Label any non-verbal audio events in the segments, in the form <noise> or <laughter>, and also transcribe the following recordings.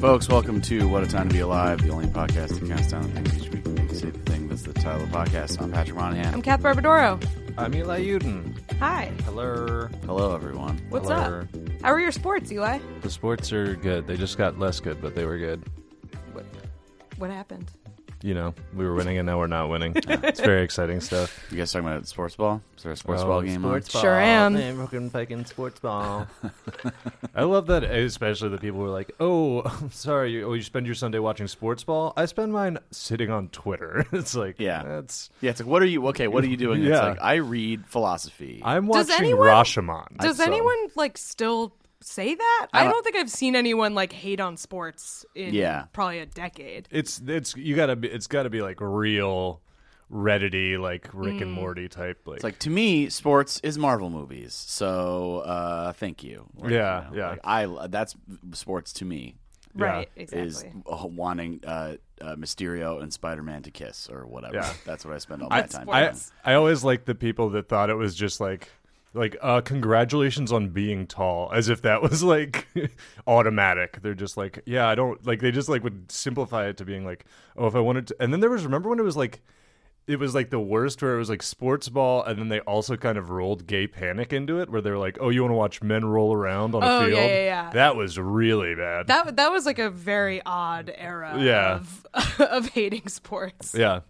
Folks, welcome to What a Time to Be Alive, the only podcast that counts down the things each week. We say the thing that's the title of the podcast. I'm Patrick Monahan. I'm Kat Barbadoro. I'm Eli Uden. Hi. Hello. Hello, everyone. What's Hello. up? How are your sports, Eli? The sports are good. They just got less good, but they were good. What, what happened? You know, we were winning and now we're not winning. it's very exciting <laughs> stuff. You guys talking about sports ball? Is there a sports Oh, ball game sports on? Sure am. Man, fucking fucking sports ball. <laughs> I love that, especially the people who are like, "Oh, I'm sorry. You, oh, you spend your Sunday watching sports ball. I spend mine sitting on Twitter." <laughs> it's like, Yeah. that's. on? Yeah, it's like, what are you, okay, what are you doing? It's Yeah. like, I read philosophy. I'm Does watching anyone- Rashomon. Does so. anyone like still say that? I don't- don't, think I've seen anyone like hate on sports in Yeah. probably a decade. it's it's you gotta be it's gotta be like real Reddity like Rick and Morty type like, it's like, to me, sports is Marvel movies. So, uh, thank you. Like, Yeah, you know, yeah. like, I, that's sports to me. Right, Is exactly. uh, wanting uh, uh, Mysterio and Spider Man to kiss or whatever. Yeah. That's what I spend all my I, time I, doing. I always like the people that thought it was just like like uh congratulations on being tall as if that <laughs> was like automatic they're just like yeah i don't like they just like would simplify it to being like oh if i wanted to and then there was remember when it was like it was like the worst where it was like sports ball and then they also kind of rolled gay panic into it where they were like oh you want to watch men roll around on Oh, a yeah, field yeah, yeah. that was really bad That that was like a very odd era Yeah. of <laughs> of hating sports. <laughs> Yeah.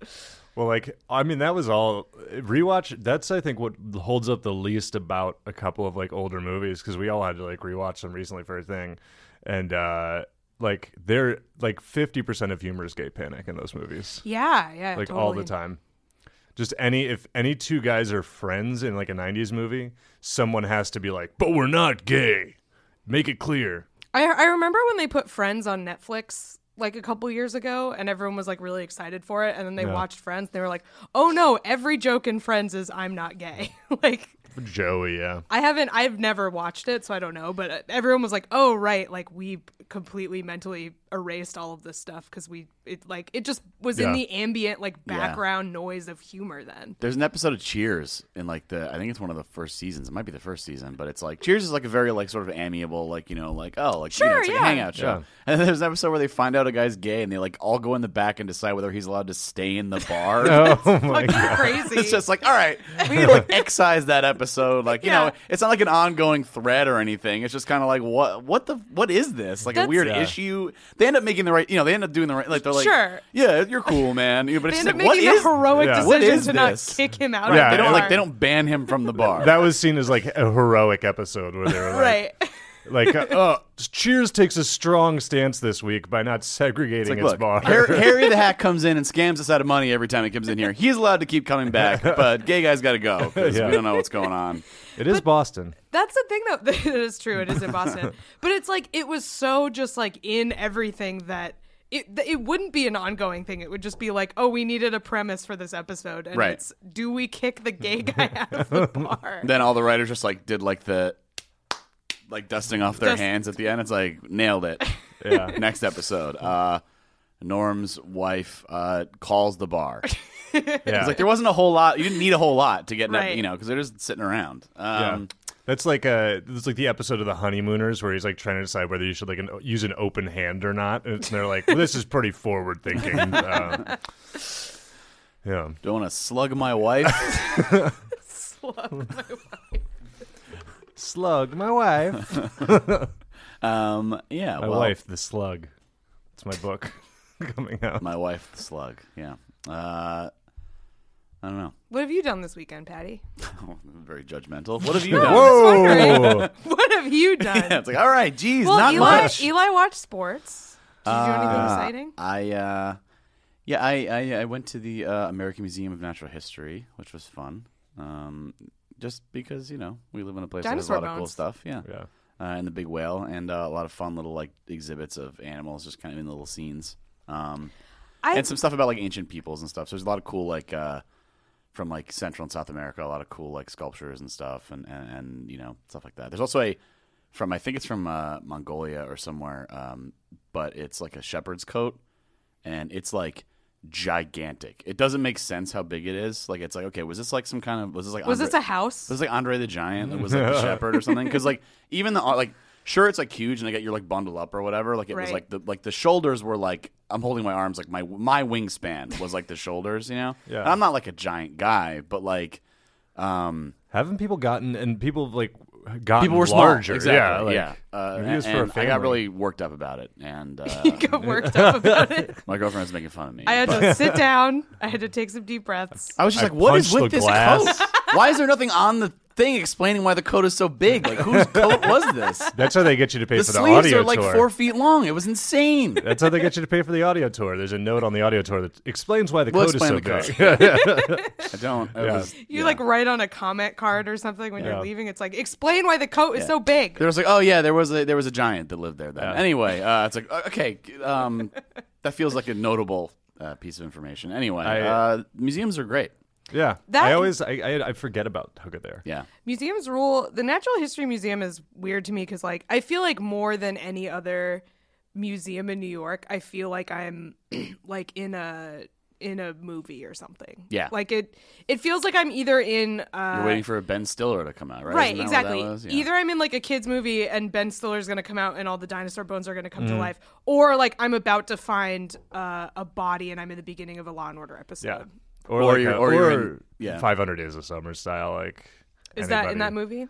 Well, like I mean, that was all rewatch. That's I think what holds up the least about a couple of like older movies because we all had to like rewatch them recently for a thing, and uh like they're like fifty percent of humor is gay panic in those movies, Yeah, yeah, like totally. all the time. Just any if any two guys are friends in like a '90s movie, someone has to be like, "But we're not gay." Make it clear. I I remember when they put Friends on Netflix like a couple years ago and everyone was like really excited for it and then they watched Friends and they were like, "Oh no, every joke in Friends is I'm not gay." <laughs> like Joey, yeah. I haven't. I've never watched it, so I don't know. But uh, everyone was like, "Oh, right!" Like we completely mentally erased all of this stuff because we it like it just was in Yeah. the ambient like background noise of humor. <laughs> Then There's an episode of Cheers in like the I think it's one of the first seasons. It might be the first season, but it's like Cheers is like a very like sort of amiable, like you know, like oh, like you know, Sure, it's like a yeah. hangout show. Yeah. And then there's an episode where they find out a guy's gay, and they like all go in the back and decide whether he's allowed to stay in the <laughs> bar. <laughs> Oh my fucking <laughs> crazy. It's just like, all right, we need to like excise that episode. Like, you Yeah. know, it's not like an ongoing thread or anything. It's just kind of like, what, what the, what is this? Like a That's- weird Yeah. issue. They end up making the right, you know, they end up doing the right. Like they're like, Sure. yeah, you're cool, man. You know, But they it's end just up like, what making the is heroic Yeah. What decision is to not this? kick him out. Right. of they the don't like bar. they don't ban him from the bar. <laughs> That was seen as like a heroic episode where they <laughs> were like, Right. Like, uh, oh, Cheers takes a strong stance this week by not segregating its, Like, look, bar. <laughs> Har- Harry the Hack comes in and scams us out of money every time he comes in here. He's allowed to keep coming <laughs> back, but gay guys got to go 'cause Yeah. we don't know what's going on. it is Boston. That's the thing though. That <laughs> is true. It is <laughs> in Boston, but it's like it was so just like in everything that. It, th- it wouldn't be an ongoing thing. It would just be like, oh, we needed a premise for this episode, and Right. it's do we kick the <laughs> gay guy out of the bar? Then all the writers just like did like the like dusting off their Dust- hands at the end. It's like nailed it. <laughs> Yeah. Next episode, uh, Norm's wife uh, calls the bar. Yeah. <laughs> It's like there wasn't a whole lot. You didn't need a whole lot to get an ep- Right. you know because they're just sitting around. Yeah. Um, That's like a that's like the episode of the honeymooners where he's like trying to decide whether you should like an, use an open hand or not, and it's- they're like, well, "This is pretty <laughs> forward thinking." Uh, yeah, Do I want to slug my wife? <laughs> slug, my wife, um, yeah, <laughs> my well, wife, the slug. It's my book <laughs> coming out. My wife, the slug. Yeah. Uh, I don't know. <laughs> What have you done this weekend, Patty? <laughs> Oh, very judgmental. What have you done? Whoa! wondering. What have <laughs> you done? Yeah, <laughs> it's like, all right, geez, well, not Eli, much. Eli watched sports. Did you do anything Uh, exciting? I, uh, yeah, I, I, I went to the uh, American Museum of Natural History, which was fun. Um, just because you know we live in a place Dinosaur that has a lot of cool bones. stuff. Yeah. <laughs> Yeah. Uh, and the big whale, and uh, a lot of fun little like exhibits of animals, just kind of in little scenes. Um, I- and some stuff about like ancient peoples and stuff. So there's a lot of cool like uh, from like Central and South America, a lot of cool like sculptures and stuff, and and, and you know stuff like that. There's also a from I think it's from uh, Mongolia or somewhere, um, but it's like a shepherd's coat, and it's like gigantic. It doesn't make sense how big it is. Like it's like okay, was this like some kind of was this like Was Andre- this a <laughs> house? <laughs> was like Andre the Giant. It was like <laughs> the Shepherd or something. Because like even the uh, like sure it's like huge and they got your like bundled up or whatever. Like it was Right. like the like the shoulders were like I'm holding my arms like my my wingspan was like the shoulders. You know. Yeah. And I'm not like a giant guy, but like um Haven't people gotten and people have, like gotten people were larger? Small. Yeah, Exactly. like, Yeah. Uh, maybe it was and for a I got family. really worked up about it, and <laughs> you uh, got worked up about it. my girlfriend was making fun of me. I <laughs> had to sit down. I had to take some deep breaths. I was just I like, what is punched with the this glass. coat? Why is there nothing on the thing explaining why the coat is so big? Like, whose coat was <laughs> this? That's how they get you to pay The for the sleeves audio are like tour. four feet long. It was insane. <laughs> That's how they get you to pay for the audio tour. There's a note on the audio tour that explains why the We'll code is so explain big. the <laughs> I don't. It Yeah. was, You yeah. like write on a comment card or something when Yeah. you're leaving. It's like explain why the coat is so big. There was like, oh yeah, there was a there was a giant that lived there. Then Yeah. <laughs> anyway, uh, it's like uh, okay, um, that feels like a notable uh, piece of information. Anyway, I- uh, museums are great. <laughs> yeah, That- I always I, I I forget about how good they are. Yeah, Museums rule. The Natural History Museum is weird to me because, like, I feel like more than any other museum in New York, I feel like I'm <clears throat> like in a in a movie or something. Yeah. like it. It feels like I'm either in uh, you're waiting for a Ben Stiller to come out, right? right Isn't that what that exactly was? Yeah. either i'm in like a kids movie and ben stiller's gonna come out and all the dinosaur bones are gonna come Mm. to life or like i'm about to find uh, a body and i'm in the beginning of a law and order episode Yeah, Or you're- or you're in- yeah. 500 Days of Summer style. Like, is that in anybody. that movie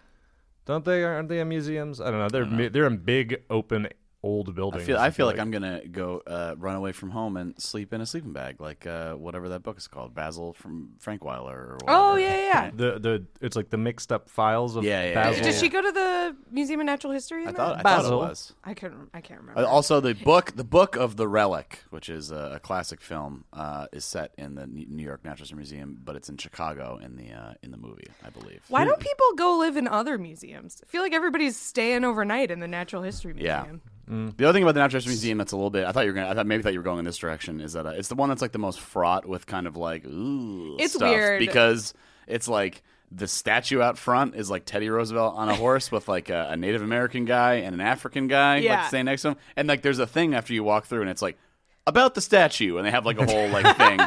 Don't they? Aren't they in museums? I don't know. They're mi- they're in big open old buildings. I feel, I feel like I'm gonna go uh, run away from home and sleep in a sleeping bag, like uh, whatever that book is called, Basil from Frank Weiler. Or whatever. oh yeah yeah, the the it's like the mixed up files of Yeah, yeah, yeah Basil. yeah. did she go to the museum of natural history in I that? thought I Basil. thought it was. I couldn't. I can't remember. Uh, also, the book, the book of the relic, which is a, a classic film, uh, is set in the N- New York Natural History Museum, but it's in Chicago in the uh, in the movie, I believe. Why don't people go live in other museums? I feel like everybody's staying overnight in the Natural History Yeah. Museum. The other thing about the Natural History Museum that's a little bit, I thought you were gonna, I thought maybe thought you were going in this direction, is that uh, it's the one that's like the most fraught with kind of like ooh, It's stuff, weird. because it's like. The statue out front is like Teddy Roosevelt on a horse with like a, a Native American guy and an African guy like Yeah. standing next to him, and like there's a thing after you walk through, and it's like about the statue, and they have like a whole <laughs> like thing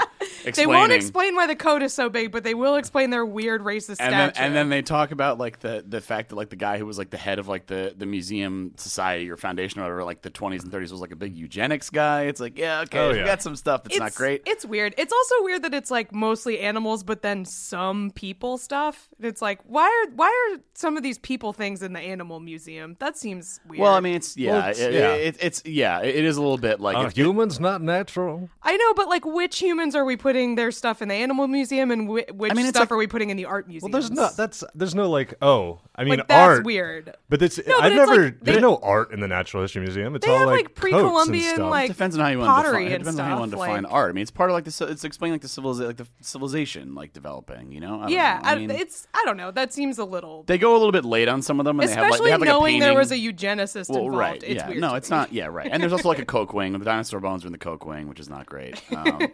explaining. They won't explain why the coat is so big, but they will explain their weird racist and then statue. and then they talk about like the the fact that like the guy who was like the head of like the the museum society or foundation or whatever like the 20s and 30s was like a big eugenics guy it's like yeah okay Oh, we yeah. got some stuff that's not great It's weird. It's also weird that it's like mostly animals, but then some people stuff. And It's like why are why are some of these people things in the animal museum? That seems weird. well i mean it's yeah it's- it- yeah. it- it's yeah it is a little bit like <laughs> Are it's- humans not natural? I know, but like, which humans are we putting their stuff in the animal museum, and whi- which I mean, it's stuff like- are we putting in the art museum? Well, there's not. That's there's no like. Oh, I mean, like that's art. weird. But it's but I've it's never. like- there's they- no art in the Natural History Museum. It's They all have, like, like, coats and pre-Columbian, stuff. like- it depends on how you want to pottery define, it and depends on how you want to stuff, define like- art. I mean, it's part of like the ci- it's explaining like the civilization, like the civilization, like developing. You know, I don't Yeah, know. I I mean, it's I don't know. That seems a little, they go a little bit late on some of them, and especially they have like, they have, like knowing a there was a painting. eugenicist Well, involved. right. It's yeah. weird. no, to it's me. not. Yeah, right. And there's also like a Coke wing. The dinosaur bones are in the Coke wing, which is not great. <laughs> Um,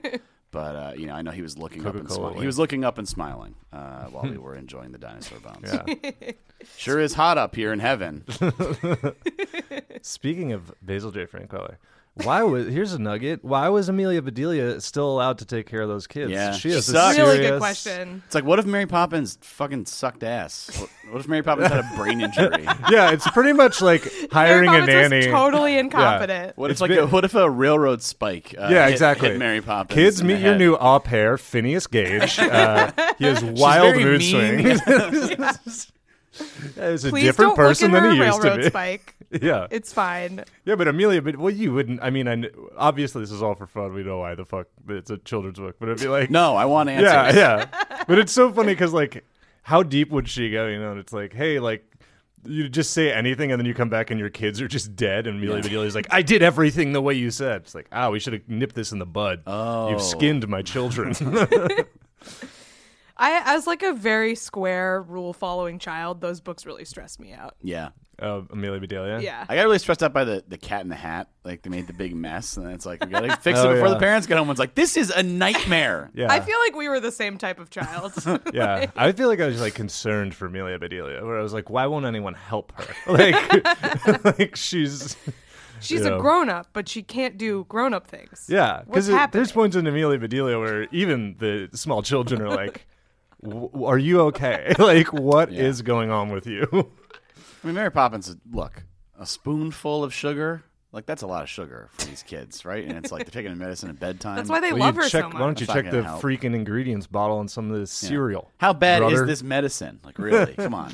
but uh, you know, I know he was looking up and Coca-Cola smiling. He wing. was looking up and smiling uh, while <laughs> we were enjoying the dinosaur bones. <laughs> Sure is hot up here in heaven. Speaking of Basil J. Frankweiler, why was here's a nugget? Why was Amelia Bedelia still allowed to take care of those kids? Yeah. She she is a sucks. Really good serious- question. It's like, what if Mary Poppins fucking sucked ass? What, what if Mary Poppins had a <laughs> brain injury? Yeah, it's pretty <laughs> much like Mary hiring a Poppins was nanny. <laughs> totally incompetent. What if It's like been- a, what if a railroad spike? Uh, yeah, hit- exactly. Hit Mary Poppins. Kids, in the meet your head? new au pair, <laughs> Phineas Gage. Uh, he has wild very mood mean. swings. <laughs> Yeah, He's a Please different don't look person at than her he used to railroad be. spike. <laughs> Yeah, It's fine. yeah, but Amelia, but well, you wouldn't. I mean, I kn- obviously this is all for fun. We know why the fuck it's a children's book, but it'd be <laughs> like, No, I want answers. <laughs> yeah, yeah. But it's so funny because like, how deep would she go? You know, and it's like, hey, like. You just say anything, and then you come back, and your kids are just dead. And Amelia Bedelia's like, "I did everything the way you said." It's like, ah, we should have nipped this in the bud. Oh. You've skinned <laughs> my children. <laughs> I as like a very square rule following child, those books really stressed me out. Yeah. uh, Amelia Bedelia. Yeah. I got really stressed out by the, the cat in the hat. Like they made the big mess, and it's like we <laughs> gotta fix it Oh, before yeah. the parents get home. It's like this is a nightmare. Yeah. I feel like we were the same type of child. <laughs> yeah, I feel like I was like concerned for Amelia Bedelia, where I was like, why won't anyone help her? <laughs> Like, <laughs> like she's She's Yeah. a grown up, but she can't do grown up things. yeah. What's Because happening? there's points in Amelia Bedelia where even the small children are like, <laughs> w- "Are you okay? <laughs> like, what is Yeah. going on <laughs> with you?" I mean, Mary Poppins. Look, a spoonful of sugar. Like that's a lot of sugar for these kids, right? And it's like they're taking a medicine at bedtime. That's why they Well, love you her check, so much. Why don't you That's not check gonna the help. freaking ingredients bottle on some of the <laughs> cereal? How bad brother? is this medicine? Like really? Come <laughs> on.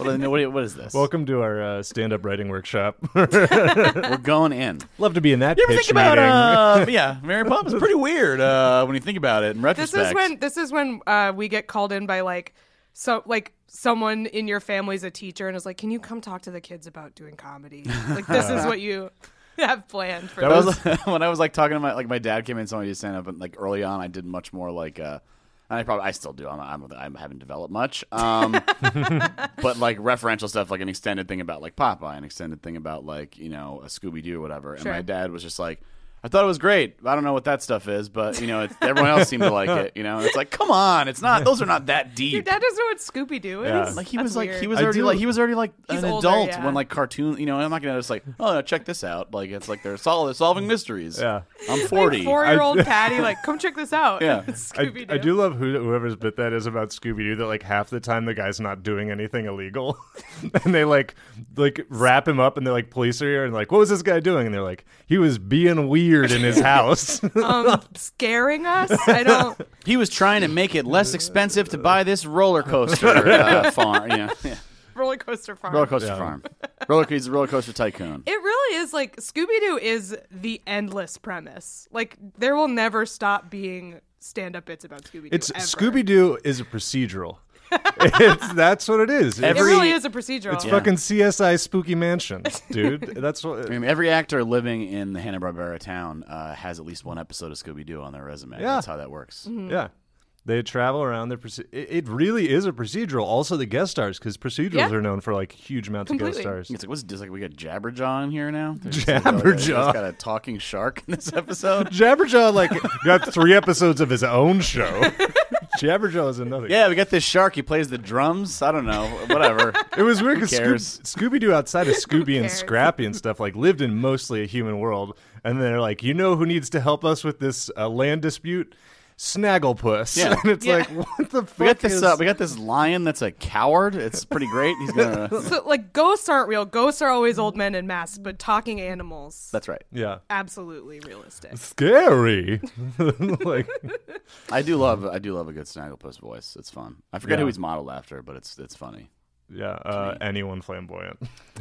Well, then, what, what is this? Welcome to our uh, stand-up writing workshop. <laughs> We're going in. Love to be in that You ever pitch think about meeting. uh, <laughs> yeah, Mary Poppins? Pretty weird uh, when you think about it in this retrospect. is when this is when uh, we get called in by like so like someone in your family's a teacher and is like, "Can you come talk to the kids about doing comedy?" Like this is what you <laughs> have planned for. That them. That was <laughs> when I was like talking to my like my dad came in so I did stand up and like early on I did much more like uh and I probably I still do I'm I'm I haven't developed much <laughs> um but like referential stuff like an extended thing about like Popeye an extended thing about like you know a Scooby Doo or whatever and Sure. my dad was just like I thought it was great I don't know what that stuff is but you know it's, everyone else seemed to like it you know and it's like come on it's not those are not that deep Your dad doesn't know what Scooby Doo is. Yeah. like he That's was like weird. he was I already do- like he was already like He's an older, adult yeah. when like cartoon you know I'm not gonna just like oh no, check this out like it's like they're sol- they're solving mysteries Yeah. I'm 40 Four year old Patty, like, come check this out. <laughs> Yeah. I, Scooby Doo. I do love who, whoever's bit that is about Scooby Doo. That like half the time the guy's not doing anything illegal, <laughs> and they like like wrap him up, and they're like police are here, and like what was this guy doing? And they're like he was being weird in his <laughs> house. um, scaring us. I don't. <laughs> he was trying to make it less expensive to buy this roller coaster <laughs> uh, farm you know, yeah. Roller coaster farm. roller coaster farm roller he's a roller coaster tycoon It really is like Scooby Doo is the endless premise. Like there will never stop being stand up bits about Scooby Doo. it's Scooby Doo is a <laughs> procedural. it's, that's what it is. It's, It Every- really is a procedural. it's fucking CSI Spooky Mansion, dude. That's <laughs> what. I mean, every actor living in the Hanna Barbera town uh, has at least one episode of Scooby Doo on their resume. Yeah. That's how that works. Mm-hmm. Yeah. They travel around. Their proce- it, it really is a procedural. Also, the guest stars, because procedurals Yeah. are known for like huge amounts Completely. of guest stars. It's like what's this? Like we got Jabberjaw in here <laughs> now. Oh, There's Jabberjaw. got a talking shark in this episode. Jabberjaw like got three episodes of his own <laughs> show. Jabberjaw is another. Yeah, we got this shark. He plays the drums. I don't know. <laughs> Whatever. It was weird because cares? Scooby Doo outside <laughs> of Scooby and cares? Scrappy and stuff like lived in mostly a human world, and they're like, you know who needs to help us with this uh, land dispute? Snagglepuss. Yeah. <laughs> and it's Yeah. like, what the fuck? we got this. is- Uh, we got this lion that's a coward. It's pretty great. He's <laughs> gonna. So like ghosts aren't real. Ghosts are always old men in masks, but talking animals that's right. <laughs> yeah, absolutely realistic. scary. <laughs> like, I do love. I do love a good Snagglepuss voice. It's fun. I forget Yeah. who he's modeled after, but it's it's funny. yeah, uh, anyone flamboyant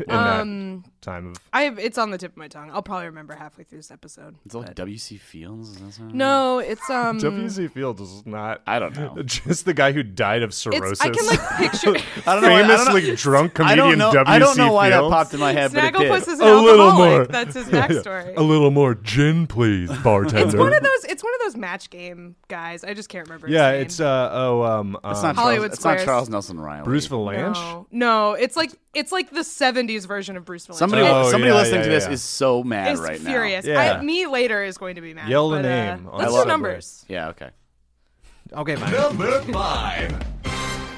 in Um, that time of I have, it's on the tip of my tongue. I'll probably remember halfway through this episode. Mm. It's like W.C. Fields. Is that something? No, it's um W.C. Fields is not. hmm. I don't know. <laughs> Just the guy who died of cirrhosis. it's I can like <laughs> picture I don't know. why- I don't know- famously drunk I comedian don't know. W.C. I don't know why that Fields. popped in my head, but it Snagglepuss did. is an A little alcoholic. more. That's his <laughs> Yeah. backstory. A little more gin, please, bartender. It's one of those. It's one of those match game guys. I just can't remember. His Yeah, name. it's uh oh um, It's um, not Hollywood Charles, it's not Squares. Charles Nelson Riley. Bruce Valanche. no, no. It's like it's like the '70s version of Bruce Willis. Somebody, It's- Oh, somebody yeah, listening yeah, to this yeah. is so mad is right furious. Yeah. I, me later is going to be mad. Yell the but, uh, name let's on the do subway. numbers. now. Yeah. Okay. Okay, fine. Number five.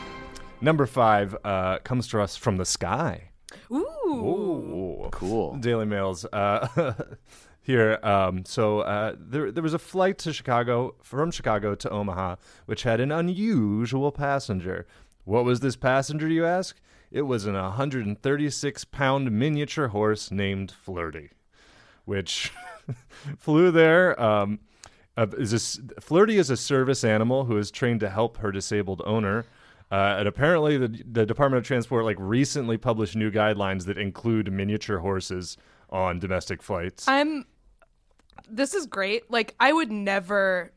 Number five uh, comes to us from the sky. Ooh. Ooh. Cool. Daily Mail's uh, <laughs> here. Um, so uh, there, there was a flight to Chicago from Chicago to Omaha, which had an unusual passenger. What was this passenger, you ask? It was an 136 pound miniature horse named Flirty, which <laughs> flew there. Um, uh, is this, Flirty is a service animal who is trained to help her disabled owner. Uh, and apparently, the, the Department of Transport like recently published new guidelines that include miniature horses on domestic flights. I'm. This is great. Like I would never.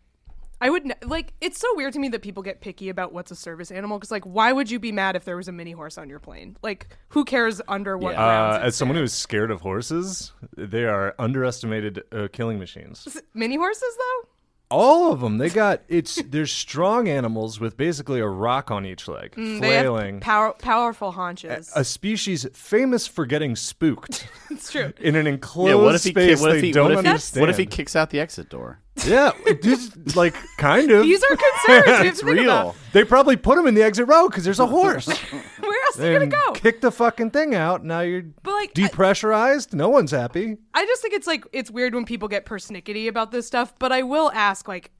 I would ne- like. It's so weird to me that people get picky about what's a service animal. Because like, why would you be mad if there was a mini horse on your plane? Like, who cares under what Yeah. Uh, grounds? as someone who's scared of horses, they are underestimated uh, killing machines. it's- mini horses though. All of them. They got it's. They're strong animals with basically a rock on each leg, Mm, They have flailing. power, powerful haunches. a species famous for getting spooked <laughs> it's true. in an enclosed yeah, what if he ki- space what if they he, don't what if he- understand. what if he kicks out the exit <laughs> door? Yeah, this, like kind of. These are concerns. <laughs> we have to think Real. about. they probably put him in the exit row because there's a horse. <laughs> Where else are you gonna and go? kick the fucking thing out. Now you're But, like, I- depressurized. no one's happy. I just think it's like it's weird when people get persnickety about this stuff. But I will ask, like,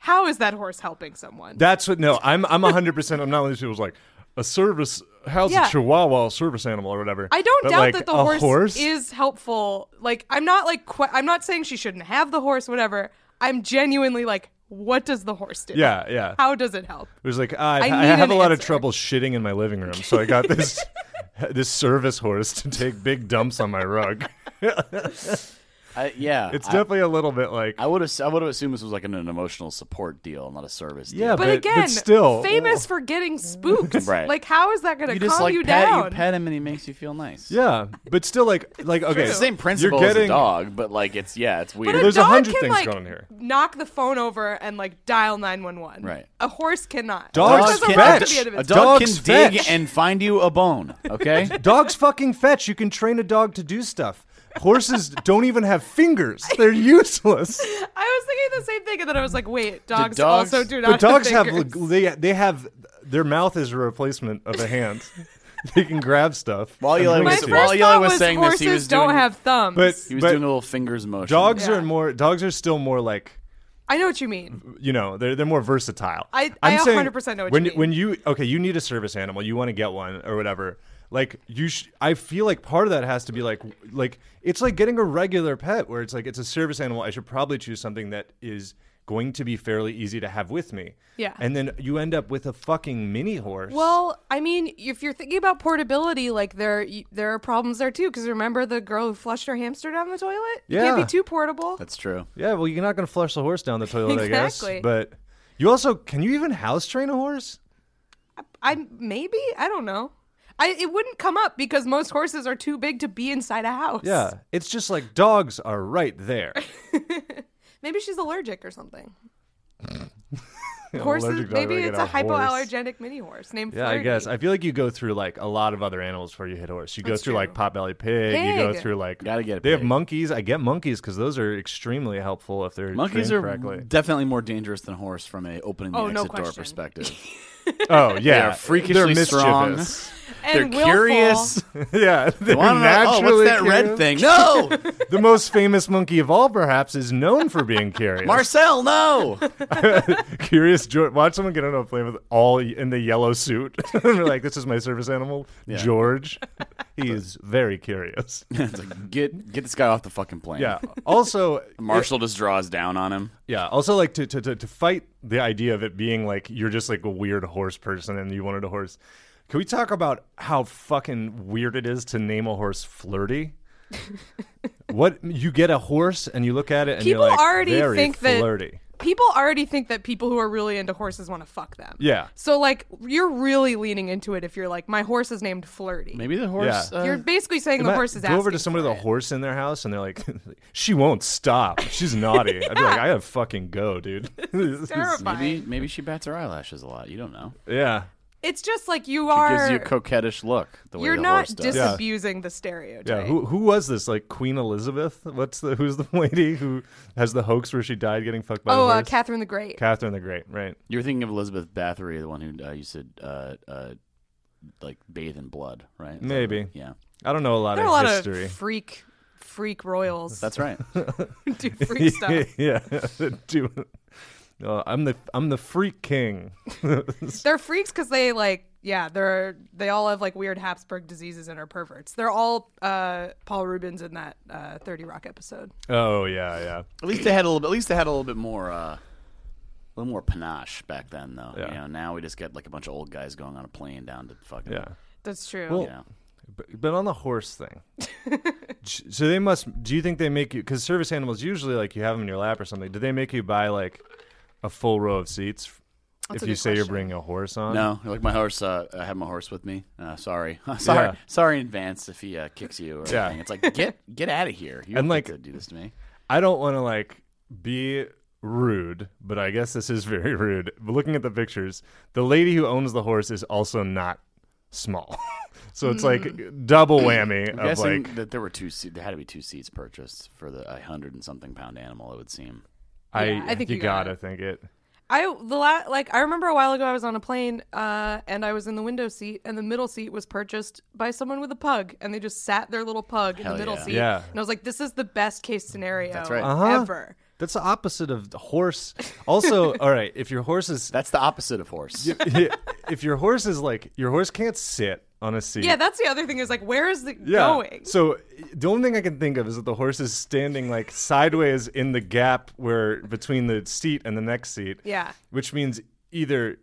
how is that horse helping someone? That's what. No, I'm I'm 100. percent I'm not one of these people who's like a service. How's Yeah. a Chihuahua a service animal or whatever? I don't But, doubt like, that the a horse, is helpful. Like, I'm not like que- I'm not saying she shouldn't have the horse, whatever. I'm genuinely like, what does the horse do? Yeah, yeah. How does it help? It was like I, I, need have a an lot of answer. trouble shitting in my living room, so <laughs> I got this <laughs> this service horse to take big dumps on my rug. I, yeah, It's I- definitely a little bit like I would have. I would have assumed this was like an, an emotional support deal, not a service. Yeah, deal. But, But- but again, still- famous for getting <laughs> spooked. Right. Like, how is that going to you calm just like you pet down? you pet him and he makes you feel nice. yeah, but still like like okay. it's the same principle You're as a getting dog, <laughs> but like it's yeah, it's But weird. a There's a dog hundred can, things like, going on here. Knock the phone over and like dial nine one one. Right. A horse cannot. Dogs a horse can- doesn't have to be a out of its- dog can Dogs dig fetch. and find you a bone. Okay, Dogs fucking fetch. You can train a dog to do stuff. Horses don't even have fingers. They're useless. I was thinking the same thing, and then I was like, wait, dogs, dogs- also do <laughs> not. But dogs have fingers. they they have their mouth is a replacement of <laughs> a hand. they can grab stuff. While and Eli bring My was- it to first you. while Yellow thought was was saying this, horses he was don't doing- have thumbs. But he was but doing a little fingers motion. dogs Yeah. are more dogs are still more like I know what you mean. you know they're they're more versatile. I- I'm I saying 100% know what when you mean. when you okay you need a service animal you want to get one or whatever. Like you, sh- I feel like part of that has to be like like it's like getting a regular pet where it's like it's a service animal. I should probably choose something that is going to be fairly easy to have with me. Yeah. and then you end up with a fucking mini horse. Well, I mean, if you're thinking about portability, like there y- there are problems there too. Because remember the girl who flushed her hamster down the toilet? You can't Yeah. be too portable. That's true. Yeah, well, you're not going to flush the horse down the toilet, I Exactly. guess. But you also can you even house train a horse? I maybe I don't know. I it wouldn't come up because most horses are too big to be inside a house. Yeah, it's just like dogs are right there. Maybe she's allergic or <laughs> something. Horses. Allergic dog, Maybe I get it's a horse. hypoallergenic mini horse named. Yeah, I Flirty. guess. I feel like you go through like a lot of other animals before you hit horse. You go That's through like true. potbelly pig, You go Pig. through like Gotta get a They have pig. monkeys. I get monkeys because those are extremely helpful if they're Monkeys trained are <laughs> correctly. definitely more dangerous than a horse from a opening the Oh, exit no door question. perspective. <laughs> oh yeah, They're freakishly they're strong. mischievous. They're and willful. <laughs> curious. <laughs> yeah, they're They wanna know, naturally oh, what's that red curious. thing? No, <laughs> The most famous monkey of all, perhaps, is known for being curious. Marcel, no. Curious George. Watch someone get into a plane with all in the yellow suit. <laughs> They're like, this is my service animal, <laughs> George. He is very curious. <laughs> It's like, get get this guy off the fucking plane. Yeah. Also, Marshall just draws down on him. yeah. Also, like to, to, to, to fight the idea of it being like you're just like a weird horse person and you wanted a horse. Can we talk about how fucking weird it is to name a <laughs> horse flirty? what you get a horse and you look at it and People you're like, already very think that- flirty. People already think that people who are really into horses want to fuck them. Yeah. So like you're really leaning into it if you're like my horse is named Flirty. Maybe the horse. Yeah. uh, you're basically saying the Ima- horse is go over to asking somebody for with a it. horse in their house and they're like <laughs> she won't stop she's naughty i'd be like i gotta fucking <laughs> go dude Terrifying. maybe maybe she bats her eyelashes a lot. You don't know. <laughs> yeah It's just like you It are. gives you a coquettish look. The way you're the not horse does. Yeah. disabusing the yeah stereotype. who, who was this like queen elizabeth what's the who's the <laughs> lady who has the hoax where she died getting fucked by oh, uh, the horse Catherine the Great. catherine the great right You're thinking of Elizabeth Bathory, the one who uh, used to uh, uh, like bathe in blood, right? Is that Maybe. right? Yeah, i don't know a lot there are of a lot history of freak, freak royals that's <laughs> right. who <laughs> do freak stuff. yeah <laughs> Dude. Uh, i'm the i'm the freak king They're freaks because they like, yeah, they're they all have like weird Habsburg diseases and are perverts. They're all uh, Paul Rubens in that uh, Thirty Rock episode. oh yeah yeah at least they had a little. Bit, at least they had a little bit more. Uh, a little more panache back then, though. You know, now we just get like a bunch of old guys going on a plane down to fucking. yeah That's true. Well, You know. But, but on the <laughs> horse thing, J- so they must. Do you think they make you? Because service animals usually like you have them in your lap or something. Do they make you buy like a full row of seats f- That's a if you good say you're question. bringing a horse on? No, like my horse. Uh, I have my horse with me. Uh, sorry, <laughs> sorry, Yeah. sorry in advance if he uh, kicks you or Yeah. anything. It's like get get out of here. You don't get And, like- to do this to me. I don't want to like be rude, but I guess this is <laughs> very rude. But looking at the pictures, the lady who owns the horse is also not small. <laughs> so it's like double whammy I'm of guessing like that there were two. Se- there had to be two seats purchased for the a hundred and something pound animal. It would seem. I, Yeah, I think you you got gotta it. think it. I the la- like I remember a while ago I was on a plane uh, and I was in the window seat and the middle seat was purchased by someone with a pug and they just sat their little pug in Hell the middle yeah. seat Yeah. and I was like this is the best case scenario That's right. Uh-huh. ever That's the opposite of the horse. <laughs> Also, all right, if your horse is <laughs> That's the opposite of horse. if your horse is like your horse can't sit on a seat. yeah that's the other thing is like where is it Yeah. going So the only thing I can think of is that the horse is standing like sideways in the gap where between the seat and the next seat. Yeah. Which means either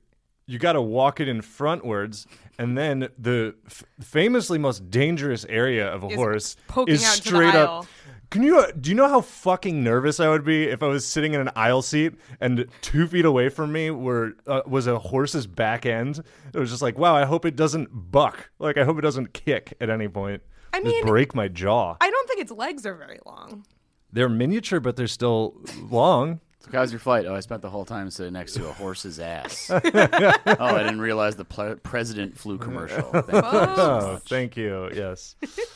you got to walk it in frontwards, and then the f- famously most dangerous area of a Is horse poking is out into the straight up. aisle. Can you do you know how fucking nervous I would be if I was sitting in an aisle seat and two feet away from me were uh, was a horse's back end? It was just like, wow, I hope it doesn't buck. Like I hope it doesn't kick at any point. I just mean- break my jaw. I don't think its legs are very <laughs> long <laughs> They're miniature, but they're still long. So how's your flight? Oh, I spent the whole time sitting next to a horse's <laughs> ass. oh, I didn't realize the ple- president flew <laughs> commercial. Thank you so Oh, much. thank you. Yes.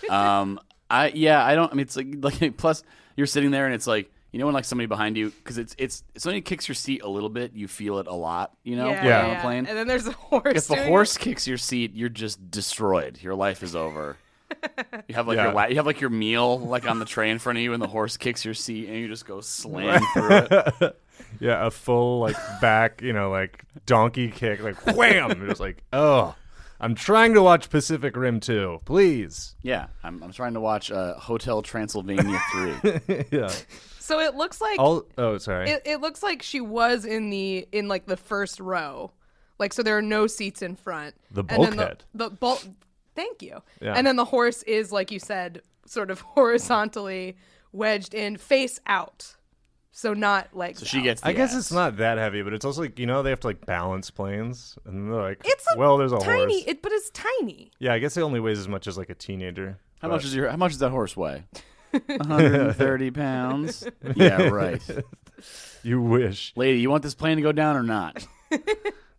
Um, I yeah, I don't. I mean, it's like <laughs> like plus you're sitting there and it's like you know when like somebody behind you because it's it's somebody kicks your seat a little bit, you feel it a lot. You know, yeah, when you're Yeah. on a plane. and then there's a horse If the doing horse kicks your seat, you're just destroyed. Your life is <laughs> over. You have like Yeah. your la- you have like your meal like on the tray in front of you, and the horse kicks your seat, and you just go <laughs> slam through it. Yeah, a full like back, you know, like donkey kick, like wham. It was like, oh, I'm trying to watch Pacific Rim 2. Please. Yeah, I'm, I'm trying to watch uh, Hotel Transylvania three. yeah. it. so it looks like All, oh, sorry. it, it looks like she was in the in like the first row like so there are no seats in front The and then bulkhead. the, the bulk thank you Yeah. and then the horse is like you said sort of <laughs> horizontally wedged in face out so not like <laughs> So she gets. The I guess ass. it's not that heavy, but it's also like you know they have to like balance planes, and they're like, it's a well, there's a tiny horse. it but it's tiny Yeah, I guess it only weighs as much as like a teenager. How but- much is your? How much does that horse <laughs> weigh? 130 pounds. Yeah, right. You wish. Lady, you want this plane to go down or not?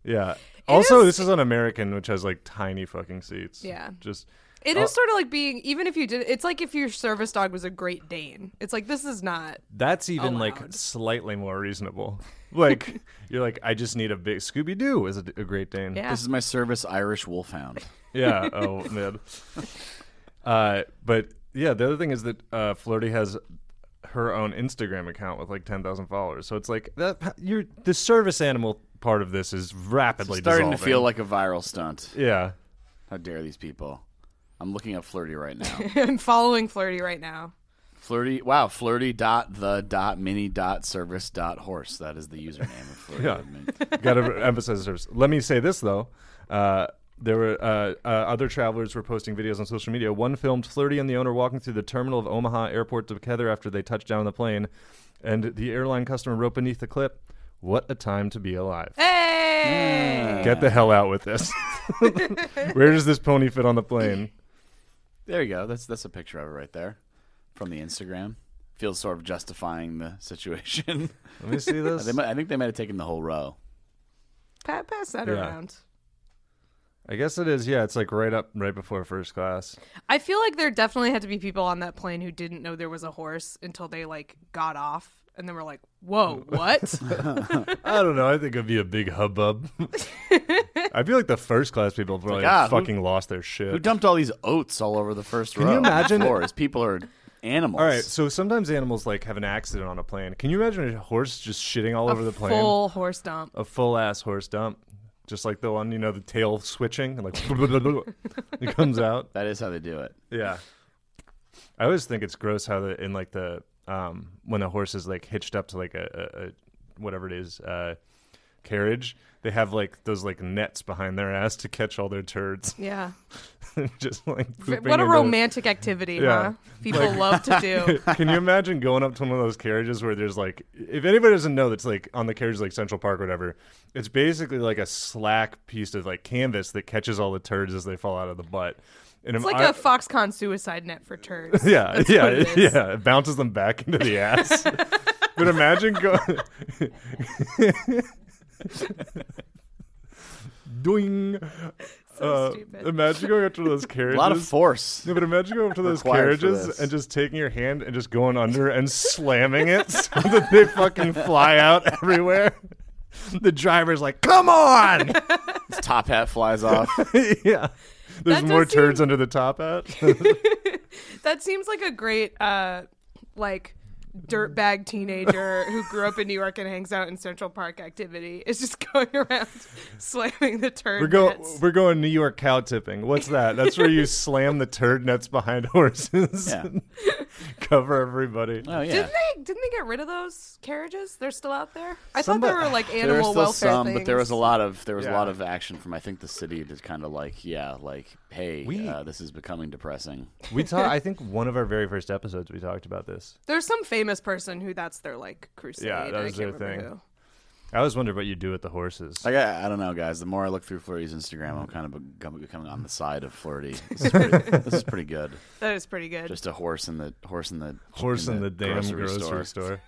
Yeah. Also, is- this is on American, which has like tiny fucking seats. Yeah. Just It is Oh. sort of like being even if you did it's like if your service dog was a great dane it's like this is not that's even like Allowed. slightly more reasonable. Like <laughs> you're like, I just need a big Scooby Doo is a, a Great Dane. yeah This is my service Irish wolfhound. Yeah. Oh man. <laughs> Uh, but yeah, the other thing is that uh, Flirty has her own Instagram account with like ten thousand followers. So it's like that. You're the service animal part of this is rapidly Starting to dissolving. feel like a viral stunt. Yeah. How dare these people? I'm looking up Flirty right now. <laughs> <laughs> i'm following flirty right now Flirty. Wow. Flirty dot the dot mini dot service dot horse. That is the username of Flirty. Yeah. Got to emphasize the service. Let me say this though. Uh, there were uh, uh, other travelers were posting videos on social media. One filmed Flirty and the owner walking through the terminal of Omaha Airport together after they touched down on the plane, and the airline customer wrote beneath the clip, "What a time to be alive." hey Get the hell out with this. <laughs> Where does this pony fit on the plane? There you go. That's that's a picture of it right there, from the Instagram. Feels sort of justifying the situation. <laughs> Let me see this. they might, I think they might have taken the whole row. pat pass that Yeah. around I guess it is. Yeah, it's like right up, right before first class. I feel like there definitely had to be people on that plane who didn't know there was a horse until they like got off and then were like, <laughs> "Whoa, what?" I don't know. I think it'd be a <laughs> big hubbub. I feel like the first class people probably "Ah, who- fucking lost their shit. Who dumped all these oats all over the first row? you imagine- Floors. People are animals. all right, so sometimes animals like have an accident on a plane. Can you imagine a horse just shitting all over the plane? Full horse dump. A full ass horse dump, just like the one you know, the tail switching and like <laughs> it comes out. that is how they do it. Yeah. I always think it's gross how the in like the um when a horse is like hitched up to like a, a, a whatever it is uh carriage, they have like those like nets behind their ass to catch all their turds. <laughs> Yeah. Just like pooping what a into- romantic activity, Yeah. huh? People love to do. <laughs> Can you imagine going up to one of those carriages where there's like, if anybody doesn't know, that's like on the carriage like Central Park, or whatever. It's basically like a slack piece of like canvas that catches all the turds as they fall out of the butt. And It's like a a Foxconn suicide net for turds. <laughs> Yeah, yeah, what it is. yeah. It bounces them back into the ass. But imagine going. Doing. Uh, stupid. imagine going up to those carriages. A lot of force. No, but imagine going up to those required for carriages this. and just taking your hand and just going under and slamming it so that they fucking fly out <laughs> everywhere. The driver's like, "Come on!" His top hat flies <laughs> off. <laughs> yeah, there's That more does seem- turds under the top hat. That seems like a great uh like dirtbag <laughs> teenager who grew up in New York and hangs out in Central Park activity is just <laughs> going around slamming the turd. We're going nets. we're going New York cow tipping. What's that? That's where you slam the turd nets behind <laughs> <laughs> horses. Yeah. and Cover everybody. Oh yeah. Didn't they didn't they get rid of those carriages? They're still out there? I Somebody- thought they were like <sighs> there were animal still welfare some, things. but there was a lot of there was a lot Yeah. of action from I think the city to kind of like yeah like hey We- uh, this is becoming <laughs> depressing. We talked. I think one of our very first episodes we talked about this. There's some famous person who that's their like crusade. Yeah, that I was their can't remember thing. who. I always wonder what you do with the horses. Like I, I don't know guys. The more I look through Flirty's Instagram, I'm kind of become- becoming on the side of Flirty. This is pretty, <laughs> this is pretty good. That is pretty good. Just a horse in the horse in the Horse in the, damn grocery, store.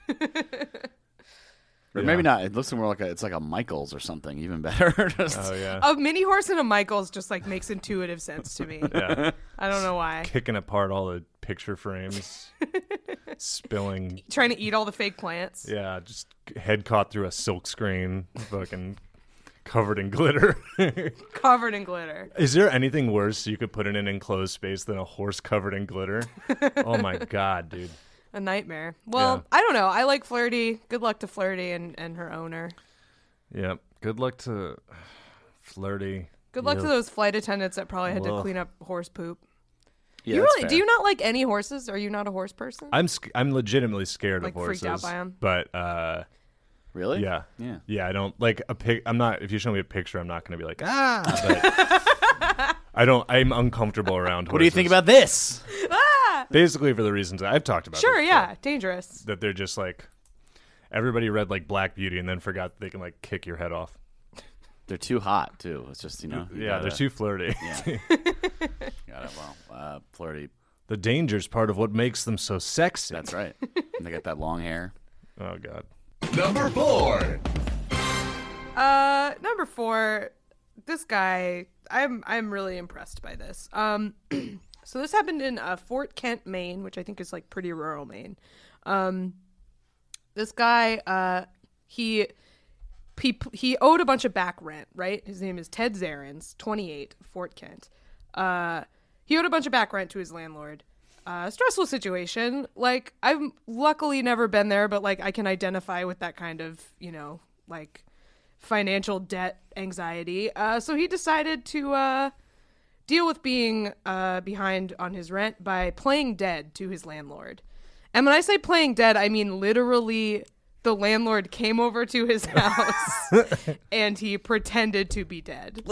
Or maybe not. It looks more like a, it's like a Michaels or something. Even better. <laughs> Just- Oh yeah. a mini horse and a Michaels just like makes intuitive sense to me. yeah. I don't know why. Kicking apart all the picture frames. spilling Trying to eat all the fake plants. yeah, just head caught through a silk screen, fucking covered in glitter. <laughs> Covered in glitter. Is there anything worse you could put in an enclosed space than a horse covered <laughs> in glitter? oh my god, dude. A nightmare. Well, Yeah. I don't know. I like Flirty. Good luck to Flirty and, and her owner. Yep. Good luck to flirty. Good luck to those flight attendants that probably had to Woof. clean up horse poop. yeah, you that's really fair. do you not like any horses? Are you not a horse person? I'm sc- I'm legitimately scared Like, of horses. freaked out by 'em? But uh, really? yeah, Yeah. yeah. I don't like a pic. I'm not. If you show me a picture, I'm not going to be like ah. <laughs> but I don't. I'm uncomfortable around. What do you think about this? Basically, for the reasons that I've talked about. Ah! sure, before, yeah. Dangerous. That they're just like everybody read like Black Beauty and then forgot that they can like kick your head off. They're too hot too. It's just you know. you Yeah, they're gotta- too flirty. Got it. Well, uh, Flirty. the danger's part of what makes them so sexy. That's right. and they got that long hair. oh god. Number four. Uh number four, this guy I'm I'm really impressed by this. Um <clears throat> so this happened in uh, Fort Kent, Maine, which I think is like pretty rural Maine. Um this guy uh he he he owed a bunch of back rent, right? His name is Ted Zarins, 28, Fort Kent. Uh, he owed a bunch of back rent to his landlord. Uh, stressful situation. Like I've luckily never been there, but like I can identify with that kind of you know like financial debt anxiety. Uh, so he decided to uh, deal with being uh, behind on his rent by playing dead to his landlord. And when I say playing dead, I mean literally the landlord came over to his <laughs> house and he pretended to be dead.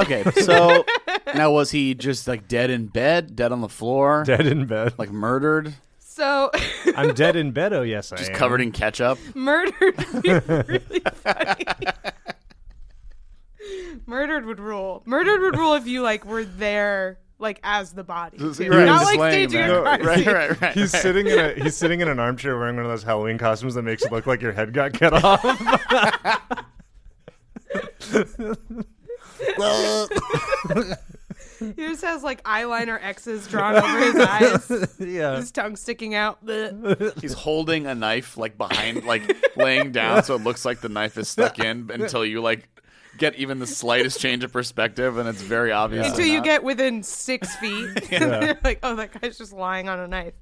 Okay, so <laughs> now was he just like dead in bed, dead on the floor, Dead in bed. like murdered, So I'm dead in bed. Oh yes, I just am. covered in ketchup? murdered would be really funny. murdered would rule. Murdered would rule if you like were there like as the body. too. right, Not just like laying staging there. a crime Right, scene. right, right. He's <laughs> sitting in a he's sitting in an armchair wearing one of those Halloween costumes that makes it look like your head got cut off. <laughs> He just has like eyeliner X's drawn over his <laughs> eyes, <laughs> yeah. his tongue sticking out. Blech. He's holding a knife like behind, like laying down, so it looks like the knife is stuck in until you like get even the slightest change of perspective, and it's very obvious. Until you get within six <laughs> feet, <laughs> they're like, "Oh, that guy's just lying on a knife."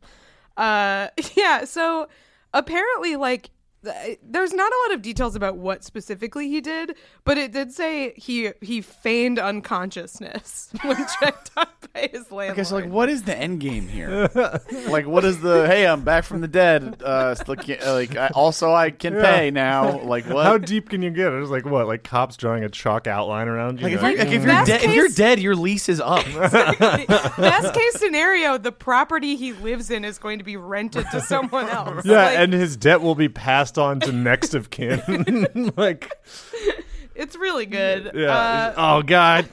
Uh, <laughs> yeah. So apparently, like, th- there's not a lot of details about what specifically he did, but it did say he he feigned unconsciousness <laughs> when checked on by his landlord. Okay, so like, what is the end game <laughs> here? like, what is the hey, I'm back from the dead. Uh, still can't, uh, like, I, also I can pay now. Like, what? How deep can you get? It's like what, like cops drawing a chalk outline around you. like, if, know? you're, like, if you're Best dead, if you're case- dead, your lease is <laughs> up. Best case scenario, the property he lives in is going to be rented to <laughs> someone else. yeah, Like, and his debt will be passed on to next of kin. <laughs> <laughs> like, it's really good. yeah. Uh, oh God.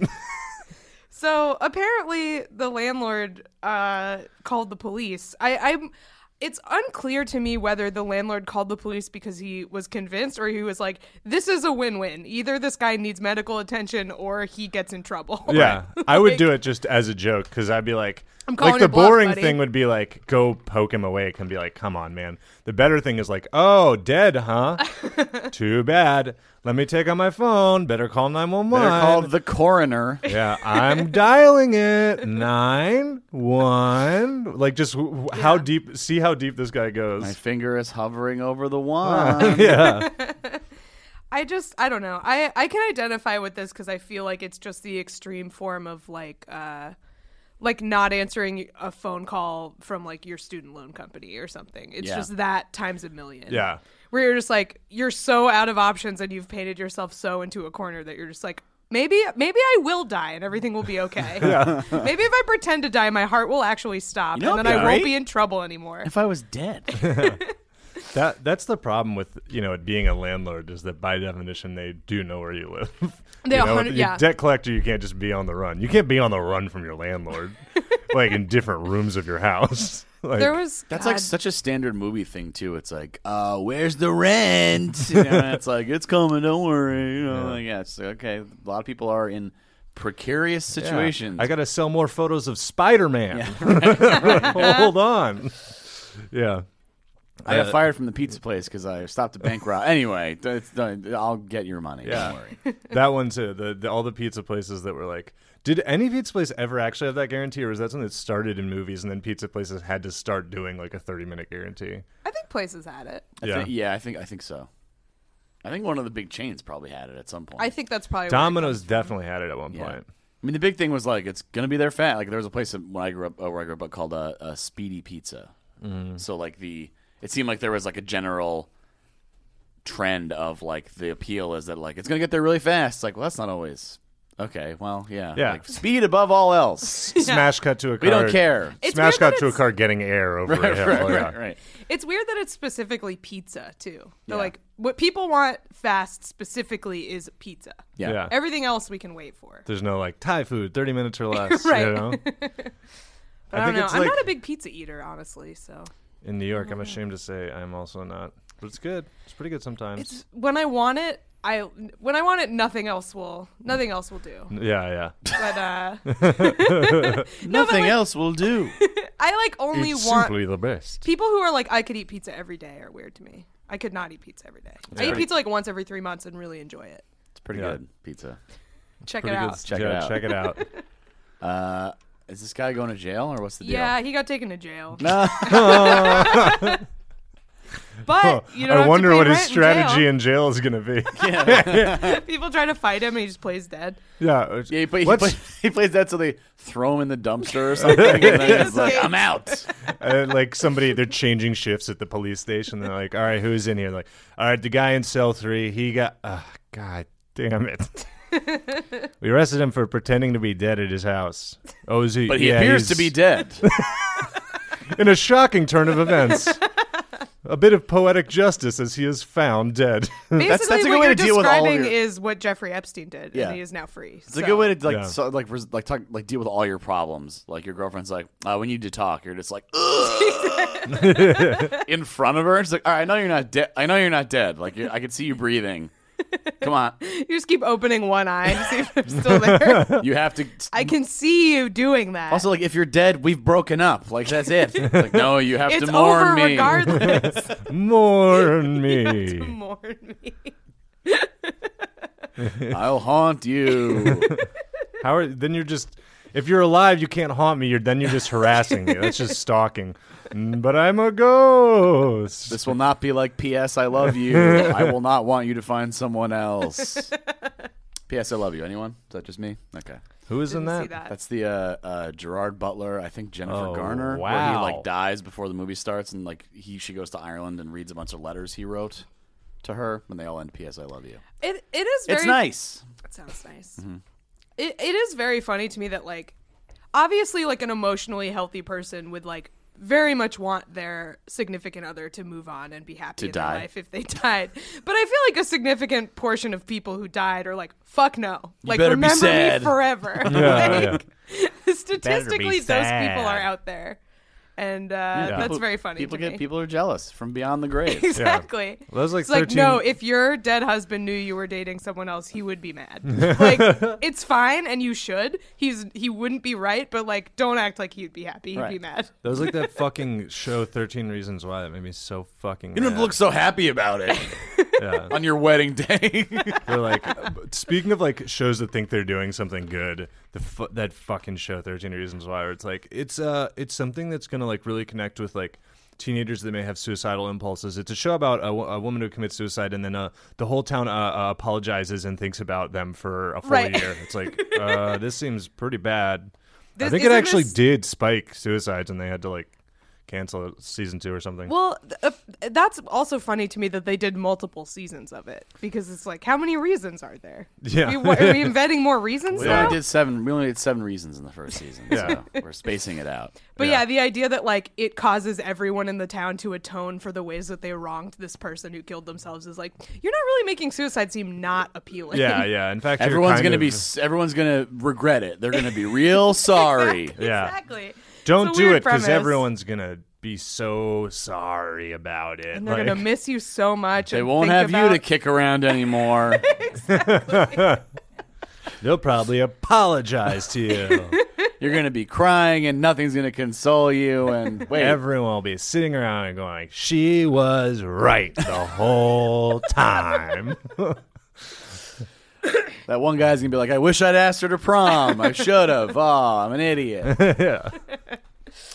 So apparently, the landlord uh, called the police. I, I'm it's unclear to me whether the landlord called the police because he was convinced or he was like, this is a win win. Either this guy needs medical attention or he gets in trouble. <laughs> Yeah, I would do it just as a joke because I'd be like, I'm calling like the your bluff, boring buddy. thing would be like, go poke him awake and be like, come on, man. The better thing is like, oh, <laughs> dead, huh? Too bad. Let me take out my phone. Better call nine one They're one. called the coroner. Yeah, I'm dialing it nine one. Like, just w- w- how deep? See how deep this guy My goes. finger is hovering over the one. Yeah, I just I don't know. I I can identify with this because I feel like it's just the extreme form of like uh like not answering a phone call from like your student loan company or something. It's Yeah. just that times a million. Yeah. Where you're just like you're so out of options and you've painted yourself so into a corner that you're just like maybe maybe I will die and everything will <laughs> be okay. Maybe if I pretend to die my heart will actually stop You know what'd and then be I won't great? be in trouble anymore. If I was dead, that that's the problem with you know it being a landlord is that by definition they do know where you live. <laughs> They you know, 100 with- yeah. debt collector, you can't just be on the run. You can't be on the run from your landlord, like in different rooms of your house. <laughs> Like, There was that's God. like such a standard movie thing too. It's like, uh, where's the rent? <laughs> You know, and it's like it's coming. Don't worry. You know, like, yeah. It's like, okay. A lot of people are in precarious Yeah. situations. I got to sell more photos of Spider Man. <laughs> Hold on. Yeah. I got fired from the pizza place because I stopped a bank rob. Anyway, it's done. I'll get your money. Don't Yeah. worry. that one too. The, the all the pizza places that were like, did any pizza place ever actually have that guarantee, or was that something that started in movies and then pizza places had to start doing like a thirty minute guarantee? I think places had it. I Yeah. think, yeah. I think I think so. I think one of the big chains probably had it at some point. I think that's probably where it Domino's definitely had it at one Yeah. point. I mean, the big thing was like it's gonna be their fat. Like there was a place that- when I grew up, uh, where I grew up, called uh, uh, Speedy Pizza. Mm-hmm. So like the, it seemed like there was like a general trend of like the appeal is that like it's gonna get there really fast. It's like well, that's not always okay. Well, yeah, Yeah. Like, speed above all <laughs> else. Smash cut to a car. We don't care. It's Smash weird cut that to a it's- car getting air over a right, hill. right, yeah. right, <laughs> right. It's weird that it's specifically pizza too. Yeah. They're like what people want fast specifically is pizza. Yeah. Yeah. Everything else we can wait for. There's no like Thai food, thirty minutes <laughs> or less. Right. You know? But I, don't know. it's I'm like not a big pizza eater, honestly. So in New York. I'm ashamed to say I'm also not, but it's good. It's pretty good sometimes. it's when I want it, I when I want it, nothing else will nothing else <laughs> will do. yeah, yeah. But uh, Nothing else will do. I like only it's want simply the best. people who are like I could eat pizza every day are weird to me. I could not eat pizza every day. I eat pizza like once every three months and really enjoy it. It's pretty Yeah. good pizza. Check it Pretty out. good. Check it yeah, out. Check it out. Uh, is this guy going to jail or what's the deal? Yeah, he got taken to jail. No. <laughs> But you know, I wonder what his strategy in jail, is going to <laughs> be. People try to fight him, and he just plays dead. yeah. Yeah, he, play, he, What's- play, he plays that so they throw him in the <laughs> dumpster or something, and then he's like, "I'm out." uh, like somebody they're changing shifts at the police station. They're like, "All right, who's in here?" Like, "All right, the guy in cell three. He got. Uh, God damn it." <laughs> we arrested him for pretending to be dead at his house. Oh, is he? But he yeah, appears to he's- be dead. In a shocking turn of events, a bit of poetic justice as he is found dead. <laughs> Basically, that's a good what way you're to deal with all of describing your- is what Jeffrey Epstein did, Yeah. and he is now free. <laughs> It's a good way to like Yeah. so, like res- like talk like deal with all your problems. Like your girlfriend's like, uh, "We need to talk." You're just <laughs> like, "Ugh." in front of her. She's like, "All right, I know you're not dead. I know you're not dead. Like you I can see you breathing. Come on, <laughs> You just keep opening one eye to see <laughs> if I'm still there. you have <laughs> to." I can see you doing that. Also, like if you're dead, we've broken up. Like that's it. <laughs> It's like no, you have it's to mourn over me. <laughs> regardless. Mourn me. <laughs> To mourn me. I'll haunt <laughs> you. How are then you're just if you're alive, you can't haunt me. You're then you're just harassing me. That's just stalking. Mm, But I'm a ghost. This will not be like P.S. I love you. I will not want you to find someone else. <laughs> P.S. I love you. Anyone? Is that just me? Okay. Who is in Didn't that? see that. That's the uh, uh, Gerard Butler, I think Jennifer Oh, Garner, where he wow. like dies before the movie starts, and like he she goes to Ireland and reads a bunch of letters he wrote to her, and they all end P.S. I love you. It, it is very it's nice. Mm-hmm. That sounds nice. It, it is very funny to me that like obviously like an emotionally healthy person would like very much want their significant other to move on and be happy To in their die. life if they <laughs> died. But I feel like a significant portion of people who died are like, fuck no. Like better be remember sad. <laughs> me forever. <laughs> Yeah, <laughs> Like, Statistically those people sad. are out there. and uh, Yeah. that's People- very funny. People to get me. <laughs> people are jealous from beyond the <laughs> grave. exactly. Well, that was like it's like no, 13 if your dead husband knew you were dating someone else, he would be mad. like it's fine, and you should. He's he wouldn't be right, but like don't act like he'd be happy. He'd be Right. mad. That was like that fucking show, Thirteen Reasons Why. That made me so fucking. You don't mad. look so happy about it Yeah. on your wedding <laughs> day. They're like, but speaking of like shows that think they're doing something good, the fu- that fucking show Thirteen Reasons Why, where it's like it's uh it's something that's gonna like really connect with like teenagers that may have suicidal impulses. It's a show about a, wo- a woman who commits suicide, and then uh the whole town uh, uh, apologizes and thinks about them for a full Right. year. It's like uh this seems pretty bad. I This- think it isn't actually this- did spike suicides, and they had to like cancel season two or something. Well, th- uh, that's also funny to me that they did multiple seasons of it because it's like, how many reasons are there? Yeah. we, wa- are we inventing more reasons we now? only did seven. We only did seven reasons in the first season. Yeah. so we're spacing it <laughs> out. But yeah. the idea that like it causes everyone in the town to atone for the ways that they wronged this person who killed themselves is like you're not really making suicide seem not appealing. <laughs> yeah, yeah. In fact, you're Everyone's kind gonna of- be. s- Everyone's gonna regret it. They're gonna be <laughs> real sorry. Yeah. exactly. Don't It's a do weird it because premise. everyone's gonna be so sorry about it. And they're Like, gonna miss you so much. They and won't think have you to about- kick around <laughs> anymore. They'll probably apologize to <laughs> you. You're gonna be crying, and nothing's gonna console you. And wait, Everyone will be sitting around and going, "She was right the whole <laughs> time." that one guy's gonna be like, "I wish I'd asked her to prom. I should have. Oh, I'm an idiot." yeah.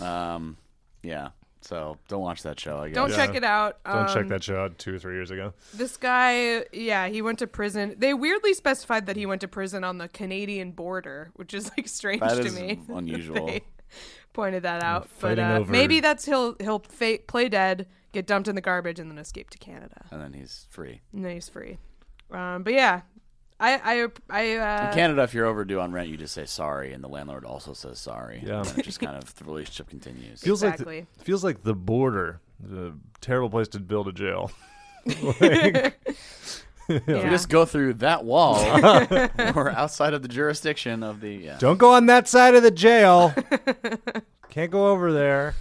Um. Yeah. So don't watch that show. I guess. Don't check it out. <laughs> don't Um, check that show out two or three years ago. This guy, yeah, he went to prison. They weirdly specified that he went to prison on the Canadian border, which is like strange That to is me. <laughs> that unusual. they pointed that out, but fighting uh, over- maybe that's he'll he'll fa- play dead, get dumped in the garbage, and then escape to Canada. and then he's free. And then he's free. Um, but yeah, I I I uh, In Canada, if you're overdue on rent, you just say sorry, and the landlord also says sorry. Yeah. And then it just kind of the relationship continues. Feels Exactly. like the, feels like the border, the terrible place to build a jail. yeah. You just go through that wall, <laughs> or outside of the jurisdiction of the. Yeah. Don't go on that side of the <laughs> jail. Can't go over there.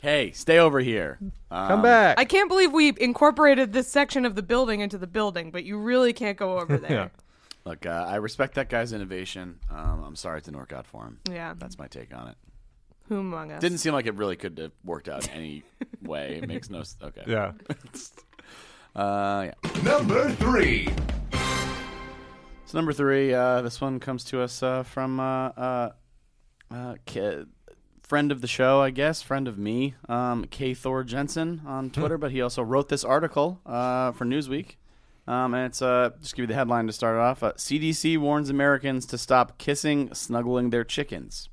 Hey, stay over here. Come Um, back. I can't believe we incorporated this section of the building into the building, but you really can't <laughs> go over there. Look, uh, I respect that guy's innovation. Um, I'm sorry it didn't work out for him. yeah. That's my take on it. who among us? Didn't seem like it really could have worked out in any way. It makes no s- okay. yeah, Uh, yeah. Number three. So number three, uh, this one comes to us uh, from uh, uh, uh, K- friend of the show, I guess, friend of me, um, K Thor Jensen Hmm. on Twitter. but he also wrote this article uh, for Newsweek, um, and it's uh, just give you the headline to start it off. Uh, CDC warns Americans to stop kissing, snuggling their chickens.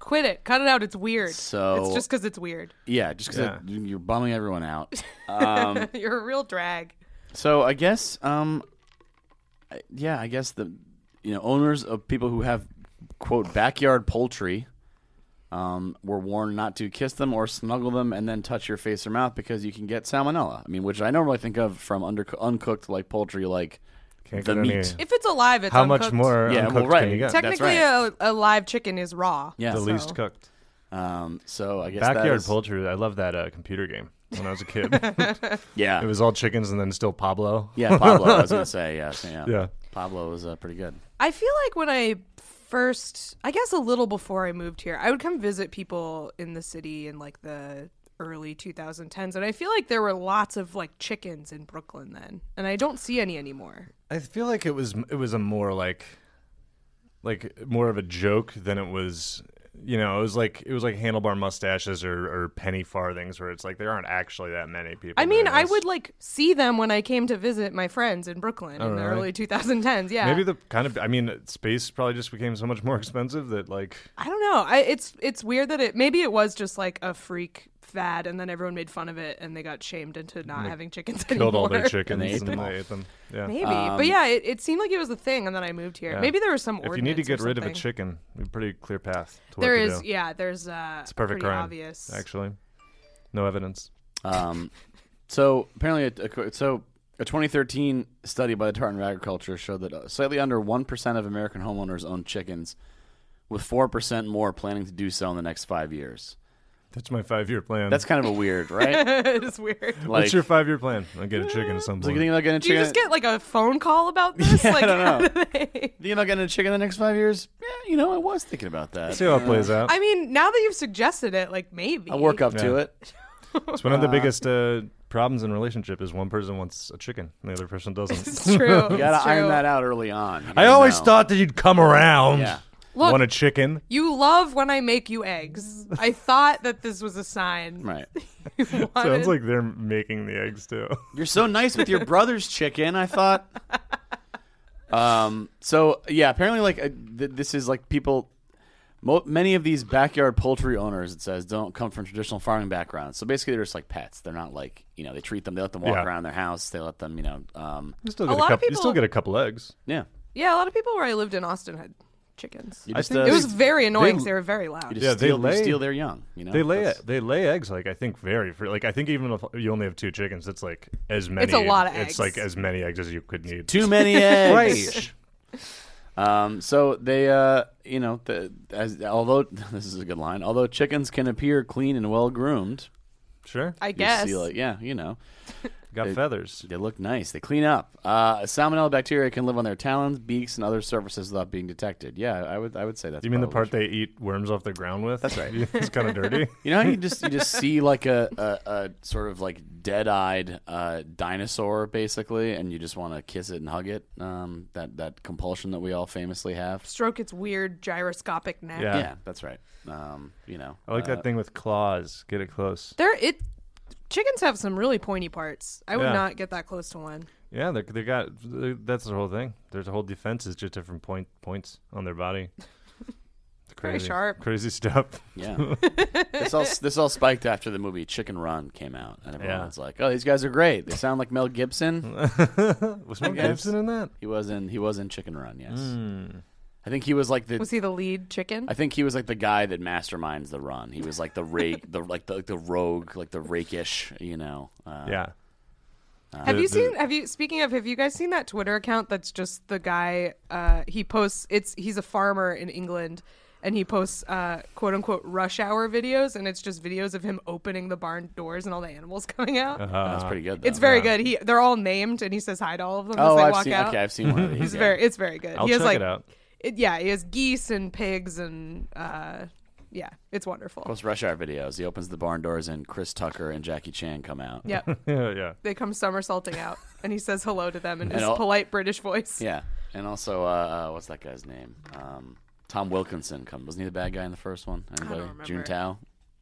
Quit it. Cut it out. It's weird. So- it's just because it's weird. Yeah, just because Yeah. you're bumming everyone out. Um, <laughs> You're a real drag. So I guess, um, I- yeah, I guess the you know owners of people who have quote backyard poultry um, were warned not to kiss them or snuggle them and then touch your face or mouth because you can get salmonella. I mean, which I normally think of from under uncooked like poultry, like Can't the get any- meat. If it's alive, it's How much uncooked. more? Yeah, uncooked well, right. Can you get? Tech- Technically, a, a live chicken is raw. Yeah. the so- least cooked. Um, so I guess that Backyard is- poultry. I love that uh, computer game when I was <laughs> a kid. it Yeah, was all chickens and then still Pablo. yeah. Pablo, <laughs> I was gonna say yeah, so, yeah. Yeah. Pablo was uh, pretty good. I feel like when I first, I guess a little before I moved here, I would come visit people in the city in like the early 2010s, and I feel like there were lots of like chickens in Brooklyn then, and I don't see any anymore. I feel like it was it was a more like like more of a joke than it was you know it was like it was like handlebar mustaches or, or penny farthings where it's like there aren't actually that many people. I mean, doing I this. would like see them when I came to visit my friends in Brooklyn in the Oh, early really? 2010s. Yeah, maybe the kind of I mean space probably just became so much more <laughs> expensive <laughs> that like I don't know. I it's it's weird that it maybe it was just like a freak fad, and then everyone made fun of it, and they got shamed into not having chickens anymore. killed all their chickens they ate and them all. they ate them. <laughs> Yeah. Maybe, Um, but yeah, it, it seemed like it was a thing, and then I moved here. Yeah. Maybe there was some. If you need to ordinance get or rid of a something. chicken, a pretty clear path to what there to is do. yeah. There's uh, it's a perfect pretty crime. obvious. <laughs> Actually, no evidence. Um, so apparently, a- a, qu- so a 2013 study by the Department of Agriculture showed that uh, slightly under one percent of American homeowners own chickens, with four percent more planning to do so in the next five years. That's my five year plan. That's kind of a weird, right? it's weird. Like, <laughs> What's your five year plan? I'll get a chicken at some so you point. think about getting a Do you chicken? just get like a phone call about this? <laughs> Yeah, I like, don't how know. do they- you think about getting a chicken in the next five years? Yeah, you know, I was thinking about that. See how it plays <laughs> out. I mean, now that you've suggested it, like maybe I work up to Yeah. it. It's one of the biggest uh, problems in relationship is one person wants a chicken and the other person <laughs> <laughs> doesn't. It's true. <laughs> You gotta it's iron true. that out early on. You I gotta always know. thought that you'd come around. Yeah. Look, Want a chicken? you love when I make you eggs. I thought that this was a sign. Right. <laughs> You wanted- Sounds like they're making the eggs too. <laughs> You're so nice with your brother's chicken. I thought. Um. So yeah, apparently, like uh, th- this is like people. Mo- many of these backyard poultry owners, it says, don't come from traditional farming backgrounds. So basically, they're just like pets. They're not like you know. They treat them. They let them walk Yeah. around their house. They let them. You know. Um. You still A get a, lot of couple. You people- still get a couple eggs. Yeah. yeah, a lot of people where I lived in Austin had chickens. You just, think uh, It was you very annoying. 'cause they- They, were very loud. just Yeah, they steal, you lay- steal their young. You know. They lay That's- it. They lay eggs like I think very fr- like I think even if you only have two chickens, it's like as many. lot of eggs. It's like as many eggs as you could need. Too <laughs> many eggs. Right. Um, so they, uh, you know, the, as, although <laughs> this is a good line, although chickens can appear clean and well groomed, sure. I you guess. see, like, yeah, you know, Got feathers. they look nice. They clean up. Uh, salmonella bacteria can live on their talons, beaks, and other surfaces without being detected. Yeah, I would, I would say that's. You mean the probably part they eat worms off the ground with? That's right. <laughs> it's kind of dirty. You know how you just you just see like a, a, a sort of like dead eyed uh, dinosaur basically, and you just want to kiss it and hug it. Um, that that compulsion that we all famously have. Stroke its weird gyroscopic neck. Yeah. Yeah, that's right. Um, you know, I like that thing with claws. Get it close. There it chickens have some really pointy parts. I would Yeah. not get that close to one. Yeah, they they got they- that's the whole thing. There's a whole defense is just different point points on their <laughs> body. It's Very crazy, sharp. crazy stuff. <laughs> Yeah. this all this all spiked after the movie Chicken Run came out, and everyone Yeah. Mm-hmm. was like, "Oh, these guys are great. They sound like Mel Gibson." Was Mel guess. Gibson in that? he was in he was in Chicken Run. Yes. I think he was like the. Was he the lead chicken? I think he was like the guy that masterminds the run. He was like the rake, the like the like the rogue, like the rakish, you know. Uh, Yeah, have you the- seen have you speaking of have you guys seen that Twitter account that's just the guy uh he posts it's he's a farmer in England and he posts uh quote unquote rush hour videos and it's just videos of him opening the barn doors and all the animals <laughs> coming out. Uh-huh. that's pretty good. Though. It's very good. He they're all named and he says hi to all of them as Uh-huh. Oh, they I've walk seen. out. Okay, I've seen <laughs> one of these. It's yeah. very it's very good. I'll he has check like it out. <laughs> it- yeah, he has geese and pigs and uh yeah, it's wonderful. Post rush hour videos. He opens the barn doors, and Chris Tucker and Jackie Chan come out. <laughs> Yep. yeah, yeah. they come somersaulting out and he says hello to them in his all- polite British voice. Yeah, and also uh, uh, what's that guy's name? Um, Tom Wilkinson. Come, wasn't he the bad guy in the first one? Anybody? remember. June Tao.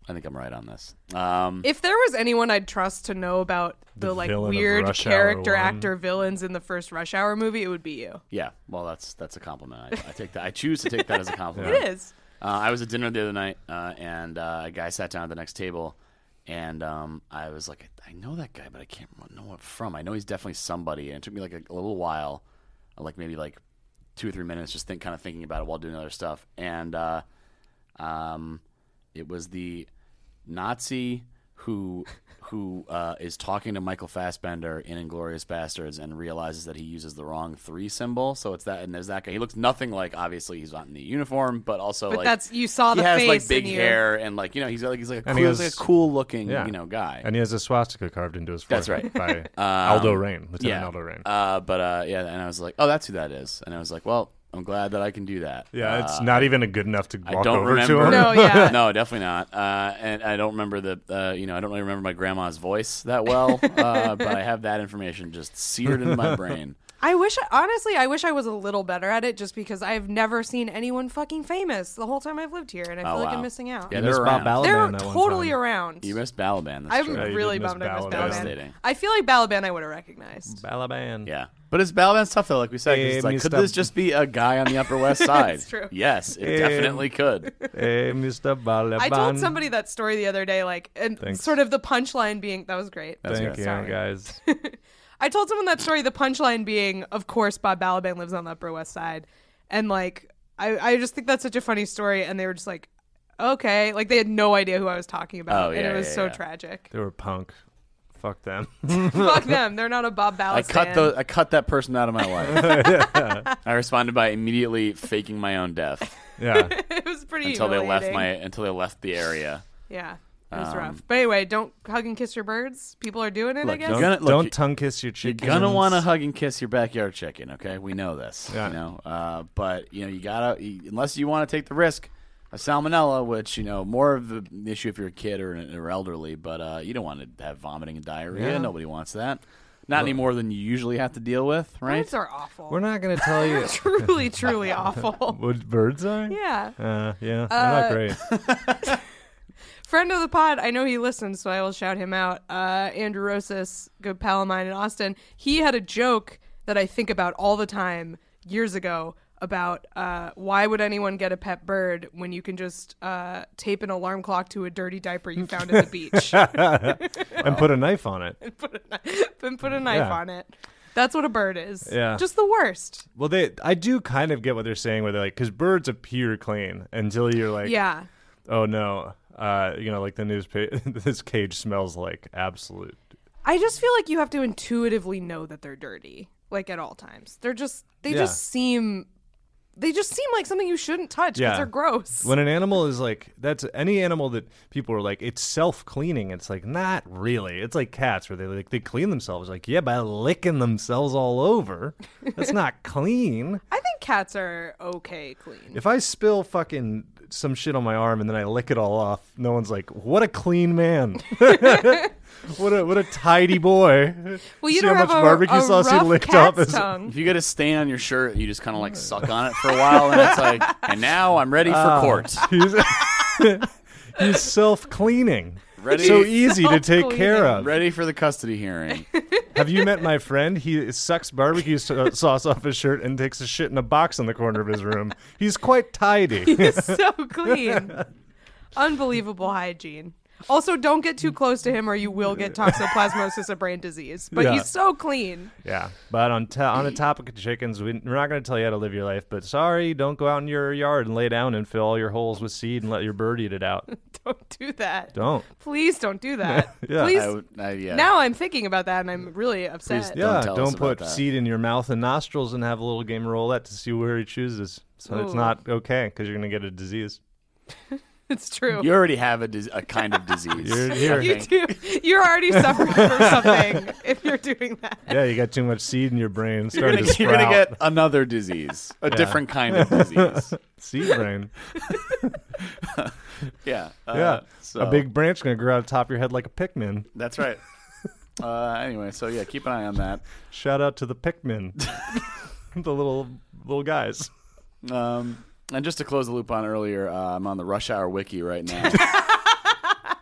I think I'm right on this. Um, If there was anyone I'd trust to know about the, The like villain of weird Rush Hour character one. actor villains in the first Rush Hour movie, it would be you. yeah, well, that's that's a compliment. I, I take that. I choose to take that as a compliment. It is. Uh, I was at dinner the other night, uh, and uh, a guy sat down at the next table, and um, I was like, I know that guy, but I can't remember- know what from. I know he's definitely somebody, and it took me like a, a little while, uh, like maybe like two or three minutes, just think kind of thinking about it while doing other stuff, and uh, um, it was the Nazi who who uh, is talking to Michael Fassbender in Inglorious Bastards and realizes that he uses the wrong three symbol. So it's that, and there's that guy. He looks nothing like. Obviously, he's not in the uniform, but also But like that's- you saw the he has like face big and you- hair and like you know he's like he's like a cool, And he he's was- like a cool looking Yeah. you know guy. And he has a swastika carved into his That's Um, forehead by <laughs> Aldo Rain, Lieutenant yeah, Aldo Rain. Uh, but uh, yeah, and I was like, oh, that's who that is, and I was like, well, I'm glad that I can do that. yeah, Uh, it's not even good enough to I walk don't over remember. to him. <laughs> No, yeah. no, definitely not. Uh, and I don't remember the, uh, you know, I don't really remember my grandma's voice that well, <laughs> uh, but I have that information just seared in <laughs> my brain. I wish, honestly, I wish I was a little better at it just because I've never seen anyone fucking famous the whole time I've lived here and I feel Oh, like wow. I'm missing out. Yeah, Miss they're Bob around. Balaban They're that one totally time. around. You missed Balaban. That's I'm true. you really did miss bummed I missed Balaban. Balaban. Devastating. I feel like Balaban I would have recognized. Balaban. Yeah, but it's Balaban's tough though. Like we said, 'cause it's Hey, like, could Mr. this just be a guy on the Upper <laughs> West Side? true. Yes, it definitely could. Hey, Mr. Balaban. I told somebody that story the other day, like, and Thanks. sort of the punchline being that was great. Thank you, Sorry. <laughs> guys. I told someone that story. The punchline being, of course, Bob Balaban lives on the Upper West Side, and like, I, I just think that's such a funny story. And they were just like, okay, like they had no idea who I was talking about, Oh, and yeah, it was yeah, so yeah. tragic. <laughs> they were punk. <laughs> Fuck them. <laughs> Fuck them. They're not a Bob Balaban. I cut the I cut that person out of my life. I responded by immediately faking my own death yeah. <laughs> it was pretty until they left humiliating. my um, until they left the area. Yeah. It was rough. But anyway, don't hug and kiss your birds. People are doing it, I Look, guess. you're gonna, look, Don't you- tongue kiss your you're chickens. gonna want to hug and kiss your backyard chicken. Okay, we know this. Yeah. You know, uh, but you know you gotta you- unless you want to take the risk of salmonella, which you know more of the issue if you're a kid or, or elderly. But uh, you don't want to have vomiting and diarrhea. Yeah. Nobody wants that. Not any more than you usually have to deal with, right? Birds are awful. <laughs> We're not gonna tell you <laughs> truly, truly <laughs> awful. what birds are. Yeah. Uh, yeah, they're not <laughs> great. Friend of the pod, I know he listens, so I will shout him out. Uh, Andrew Rosas, good pal of mine in Austin. He had a joke that I think about all the time years ago about uh, why would anyone get a pet bird when you can just uh, tape an alarm clock to a dirty diaper you found at the <laughs> beach <laughs> and put a knife on it. and put a knife Yeah. on it? That's what a bird is. Yeah. Just the worst. Well, they I do kind of get what they're saying, where they're like, because birds appear clean until you're like, Yeah. oh no, uh, you know, like the newspaper, <laughs> this cage smells like absolute. I just feel like you have to intuitively know that they're dirty, like at all times. They're just they Yeah. just seem they just seem like something you shouldn't touch because Yeah. they're gross. When an animal is like, that's any animal that people are like, it's self cleaning. It's like not really. It's like cats where they like they clean themselves. Like yeah, by licking themselves all over. <laughs> That's not clean. I think cats are okay clean. If I spill fucking some shit on my arm and then I lick it all off, no one's like, "What a clean man! <laughs> what a what a tidy boy!" well, you See don't how have much a, barbecue a sauce rough you licked cat's off? <laughs> Is, tongue. If you get a stain on your shirt, you just kind of like suck on it for a while, and it's <laughs> like, and now I'm ready Uh. for court. he's <laughs> he's self cleaning. Ready- So easy to take care of. Ready for the custody <laughs> hearing. Have you met my friend? He sucks barbecue so- sauce off his shirt and takes a shit in a box in the corner of his room. He's quite tidy. He's so clean, unbelievable hygiene. Also, don't get too close to him, or you will get toxoplasmosis, a brain disease. But Yeah. he's so clean. <laughs> Yeah, but on to on the topic of chickens, we, we're not going to tell you how to live your life. But sorry, don't go out in your yard and lay down and fill all your holes with seed and let your bird eat it out. Don't do that. Don't. Please don't do that. <laughs> Yeah. Please. I would, I, yeah. Now I'm thinking about that, and I'm really upset. Please Yeah, tell don't, us about put that. seed in your mouth and nostrils and have a little game of roulette to see where he chooses. So it's Ooh. not okay because you're going to get a disease. <laughs> It's true. you already have a, dis- a kind of disease. You're here. You do. You're already <laughs> suffering from something if you're doing that. yeah, you got too much seed in your brain. It's You're Starting gonna, to get- <laughs> you're gonna sprout. get another disease, a different kind of disease. <laughs> seed <laughs> brain. Yeah, uh, Yeah, So a big branch going to grow out of the top of your head like a Pikmin. That's <laughs> right. Uh, anyway, so yeah, keep an eye on that. Shout out to <laughs> the Pikmin, <laughs> the little little guys. Um, and just to close the loop on earlier, uh, I'm on the Rush Hour Wiki right now.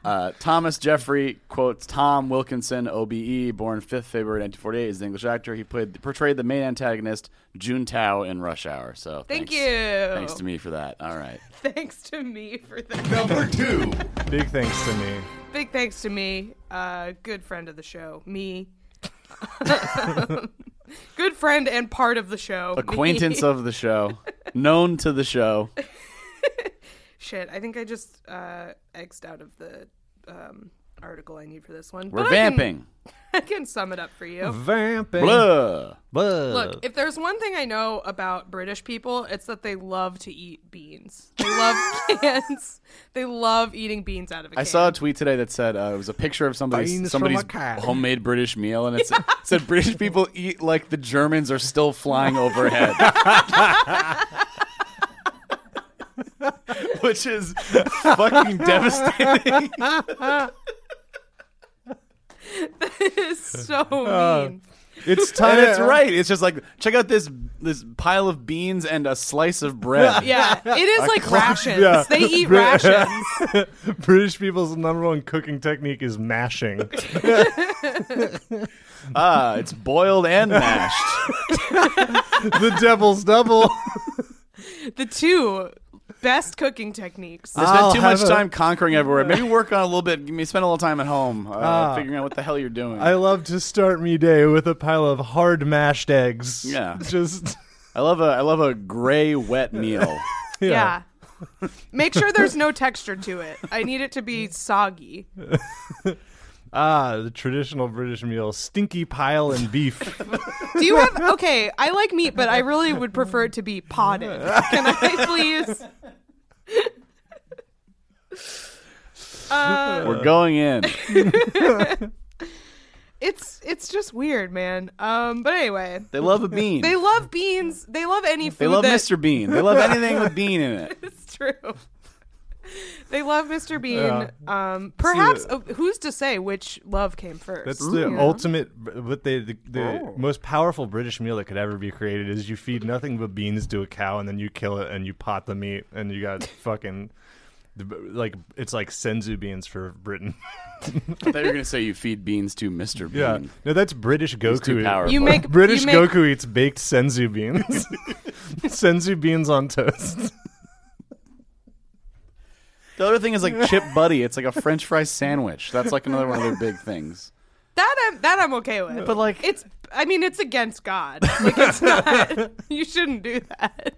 uh, Thomas Jeffrey quotes Tom Wilkinson, OBE, born 5th February 1948, is an English actor. He played portrayed the main antagonist Jun Tao in Rush Hour. So Thank thanks- you. Thanks to me for that. All right. Thanks to me for that. Number two. Big thanks to me. Big thanks to me, uh, good friend of the show, me. <laughs> good friend and part of the show. me. Acquaintance of the show, known to the show. Shit, I think I just uh, X'd out of the um, article I need for this one. We're but vamping. <laughs> I can, I can sum it up for you. Vamping. Blah. Blah. <laughs> Look, if there's one thing I know about British people, it's that they love to eat beans. They love cans. They love eating beans out of a can. I <laughs> saw a tweet today that said uh, it was a picture of somebody's, Beans from somebody's a can. homemade British meal, and it said <laughs> British people eat like the Germans are still flying overhead. <laughs> Which is <laughs> fucking devastating. It's so mean. It's And time. it's right. It's just like check out this this pile of beans and a slice of <laughs> bread. Yeah, it is like rations. yeah. They eat <laughs> rations. British people's number one cooking technique is mashing. <laughs> Ah, it's boiled and mashed. <laughs> the devil's double. <laughs> The two best cooking techniques. I spent I'll too much have a- time conquering everywhere. Maybe work on a little bit. Maybe spend a little time at home uh, figuring out what the hell you're doing. Ah. I love to start me day with a pile of hard mashed eggs. Yeah. <laughs> Just I love a I love a gray wet <laughs> meal. yeah. Make sure there's no texture to it. I need it to be soggy. ah, the traditional British meal: stinky pile and beef. Do you <laughs> have okay? I like meat, but I really would prefer it to be potted. <laughs> Can I please? Uh, We're going in. It's it's just weird, man. Um, but anyway, They love <laughs> a bean. they love beans. They love any food. They love that- Mr. Bean. They love anything with bean in it. <laughs> It's true. They love Mr. Bean. Um, perhaps oh, who's to say which love came first? That's the you know? ultimate, but the the, the most powerful British meal that could ever be created is you feed nothing but beans to a cow and then you kill it and you pot the meat and you <laughs> got fucking the- like it's like senzu beans for Britain. I thought you were going to say you feed beans to Mr. Bean. Yeah, <laughs> no, that's British too Goku. powerful. You make British you make, Goku eats baked senzu <laughs> beans, senzu beans on toast. The other thing is like Chip Buddy. It's like a French fry sandwich. That's like another one of their big <laughs> things. That I'm that I'm okay with. But, like- it's I mean it's against God. Like <laughs> it's not. you shouldn't do that.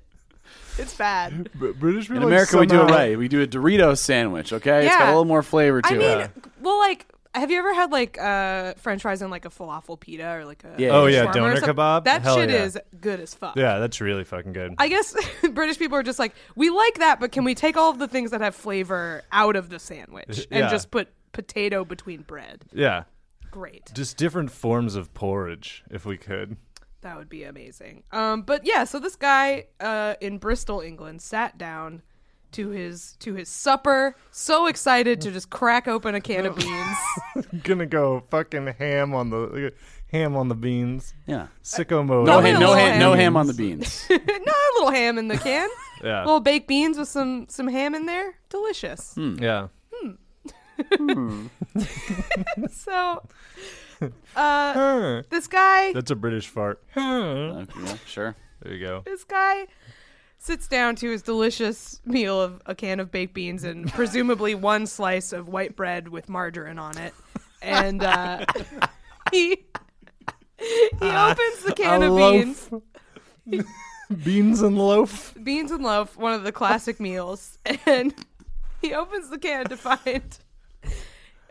It's bad. <laughs> Br- British people In America, we do it somehow- right. We do a Dorito sandwich. Okay, it's got Yeah. a little more flavor to I mean, it. well, like, have you ever had like uh, French fries and like a falafel pita or like a Yeah. Oh, yeah, shawarma or doner something? kebab? That Hell shit yeah. is good as fuck. Yeah, that's really fucking good. I guess <laughs> British people are just like, we like that, but can we take all of the things that have flavor out of the sandwich and Yeah. just put potato between bread? yeah, Great. just different forms of porridge if we could. That would be amazing. Um, but yeah, so this guy uh, in Bristol, England, sat down to his to his supper, so excited to just crack open a can of beans. <laughs> gonna go fucking ham on the ham on the beans. Yeah. Sicko mode. No, Probably ham, a no, little ham, no ham. ham on the <laughs> beans. no, a little ham in the can. Yeah. little baked beans with some some ham in there. Delicious. yeah. So, uh, this guy That's a British fart. Okay, yeah, sure. There you go. this guy sits down to his delicious meal of a can of baked beans <laughs> and presumably one slice of white bread with margarine on it. And uh, <laughs> he he opens the can Ah, a of loaf. beans, Beans and loaf. beans and loaf, one of the classic meals, and <laughs> he opens the can to find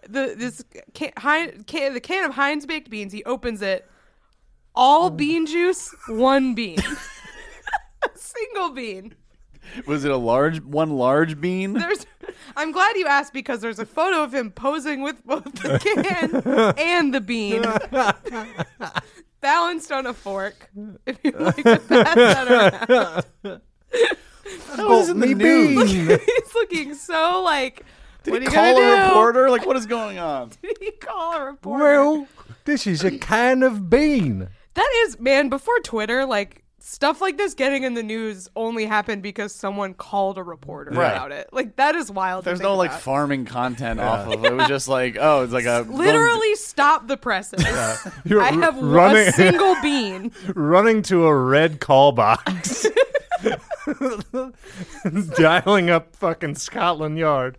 the this can, Hein- can, the can of Heinz baked beans. He opens it, Oh. all bean juice, one <laughs> bean, <laughs> a single bean. Was it a large one large bean? There's, I'm glad you asked because there's a photo of him posing with both the <laughs> can and the bean, balanced on a fork. If you like to <laughs> pass that around, that was in the news. he's looking so like. what are Did you he call a gonna do? reporter? Like, what is going on? Did <laughs> he call a reporter? Well, this is a kind of bean. that is man. Before Twitter, like stuff like this getting in the news only happened because someone called a reporter Right. about it. Like that is wild. to There's think no like about. farming content off of it. It was just like, oh, it's like a little- Literally stop the presses. <laughs> You're I r- have a running single bean. <laughs> running to a red call <laughs> box. Dialing up fucking Scotland Yard.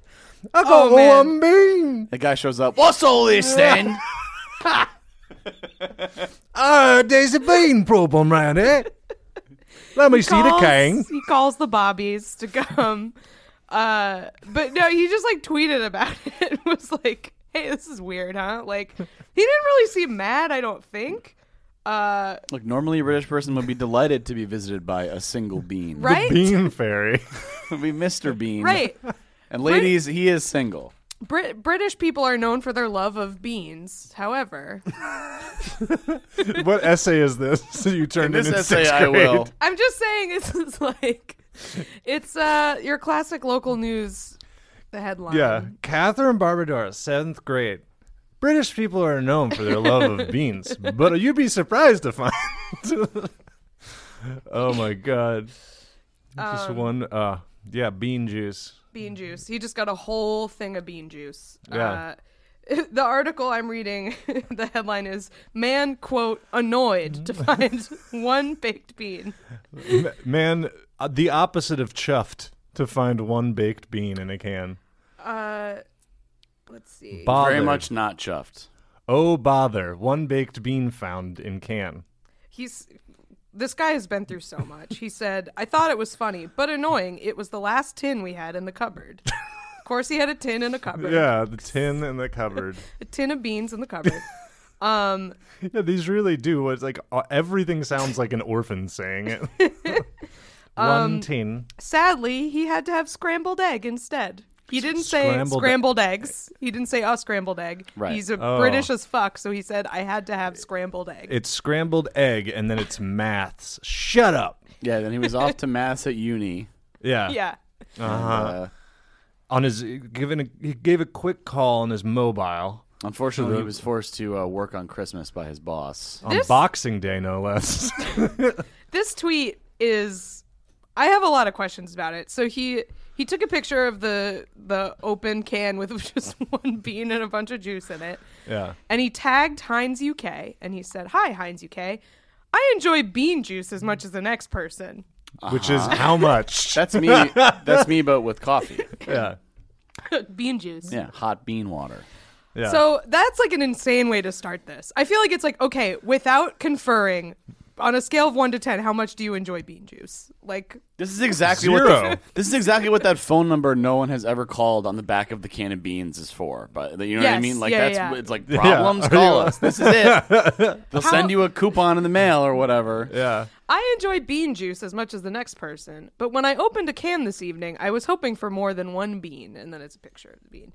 I got Oh, man. one bean. The guy shows up. What's all <laughs> this then? Oh, there's a bean problem round here. Let me see the calls- cane. He calls the Bobbies to come. Uh, but no, he just like tweeted about <laughs> it. and Was like, "Hey, this is weird, huh?" Like, he didn't really seem mad. I don't think. Uh, Look, normally a British person would be delighted to be visited by a single bean. right, Bean fairy. <laughs> It would be Mr. Bean. right. And ladies, he is single. Brit- British people are known for their love of beans. However, what essay is this <laughs> you turned in, this in essay, sixth I grade? will. I'm just saying this is like, it's uh your classic local news. The headline. Yeah, Catherine Barbador, seventh grade. British people are known for their love of beans, but you'd be surprised to find. <laughs> oh my god! Um, Just one. Uh, yeah, <laughs> bean juice. bean juice. He just got a whole thing of bean juice. Yeah. Uh, <laughs> the article I'm reading, <laughs> the headline is "Man quote annoyed Mm-hmm. to find <laughs> one baked bean." M- man, uh, the opposite of chuffed to find one baked bean in a can. Uh, let's see. Bothered. Very much not chuffed. Oh bother! One baked bean found in can. He's this guy has been through so much. He said, "I thought it was funny, but annoying. It was the last tin we had in the <laughs> cupboard." of course, he had a tin in a cupboard. Yeah, the tin in the cupboard. A tin of beans in the cupboard. um. Yeah, these really do. It's like uh, everything sounds like an orphan saying it. <laughs> One tin. Um, Sadly, he had to have scrambled egg instead. He didn't say Scrambled- scrambled, eggs. He didn't say a scrambled egg. Right. He's a Oh. British as fuck, so he said I had to have scrambled egg. It's scrambled egg, and then it's maths. Shut up. Yeah, then he was off to mass at uni. Yeah. yeah. Uh-huh. Uh, On his given, a, he gave a quick call on his mobile unfortunately, he was forced to uh, work on Christmas by his boss. on This- Boxing Day, <laughs> no less. <laughs> This tweet is I have a lot of questions about it. So he he took a picture of the the open can with <laughs> just one bean and a bunch of juice in it. yeah. And he tagged Heinz UK and he said, "Hi Heinz UK. I enjoy bean juice as much as the next person." <laughs> Which is Uh-huh. how much? That's me. <laughs> that's me, but with coffee. yeah. bean juice. Yeah, hot bean water. Yeah. So that's like an insane way to start this. I feel like it's like, okay, without conferring, on a scale of one to 10, how much do you enjoy bean juice? Like, This is exactly Zero. what <laughs> this is exactly what that phone number no one has ever called on the back of the can of beans is for. But you know what I Yes, mean? Like yeah, that's yeah. it's like problems call us. This is it. They'll send you a coupon in the mail or whatever. yeah. I enjoy bean juice as much as the next person, but when I opened a can this evening, I was hoping for more than one bean. And then it's a picture of the bean.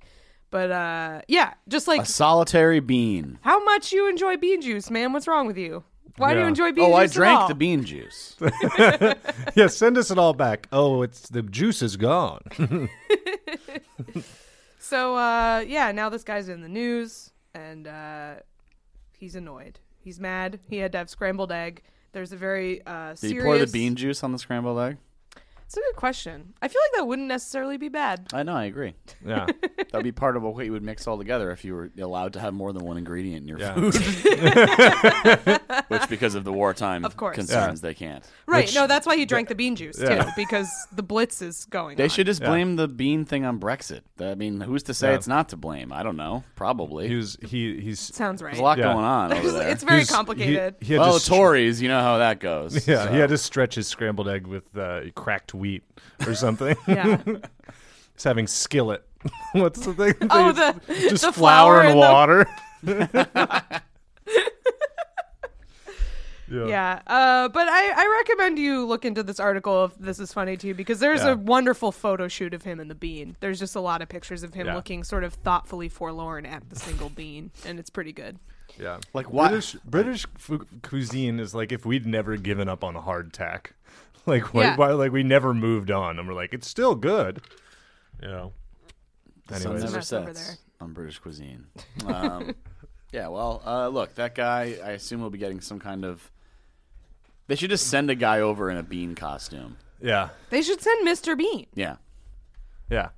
But uh, yeah, just like A solitary bean. how much you enjoy bean juice, man. What's wrong with you? Why do you Yeah. enjoy bean Oh, juice? I at drank all? the bean juice. Yeah, send us it all back. Oh, it's the juice is gone. So uh, yeah, now this guy's in the news, and uh, he's annoyed. He's mad. He had to have scrambled egg. There's a very uh, Did serious. you pour the bean juice on the scrambled egg? It's a good question. I feel like that wouldn't necessarily be bad. I know, I agree. <laughs> Yeah. That'd be part of what you would mix all together if you were allowed to have more than one ingredient in your food. <laughs> Which, because of the wartime Of course. concerns, they can't. Right? no, that's why he drank the bean juice too, because the blitz is going. They on. should just blame the bean thing on Brexit. I mean, who's to say it's not to blame? I don't know. Probably. He was. He. He's. Sounds right. There's a lot Yeah. going on over there. <laughs> it's very he's- he- complicated. He, had well, to str- Tories, you know how that goes. Yeah, so. he had to stretch his scrambled egg with uh, cracked wheat <laughs> or something. <laughs> yeah. He's having skillet. <laughs> What's the thing? Oh, They- the just the flour and the- water. <laughs> Yeah, uh, but I, I recommend you look into this article if this is funny to you because there's Yeah. a wonderful photo shoot of him in the bean. There's just a lot of pictures of him Yeah. looking sort of thoughtfully forlorn at the single bean, and it's pretty good. Yeah. Like, why- British British fu- cuisine is like if we'd never given up on hardtack. <laughs> Like why, Yeah. why like we never moved on and we're like it's still good. You know. The sun Anyways. never Mess over sets on British cuisine. Um, <laughs> yeah, well, uh, look, that guy. I assume will be getting some kind of. They should just send a guy over in a bean costume. Yeah. They should send Mr. Bean. Yeah, Yeah.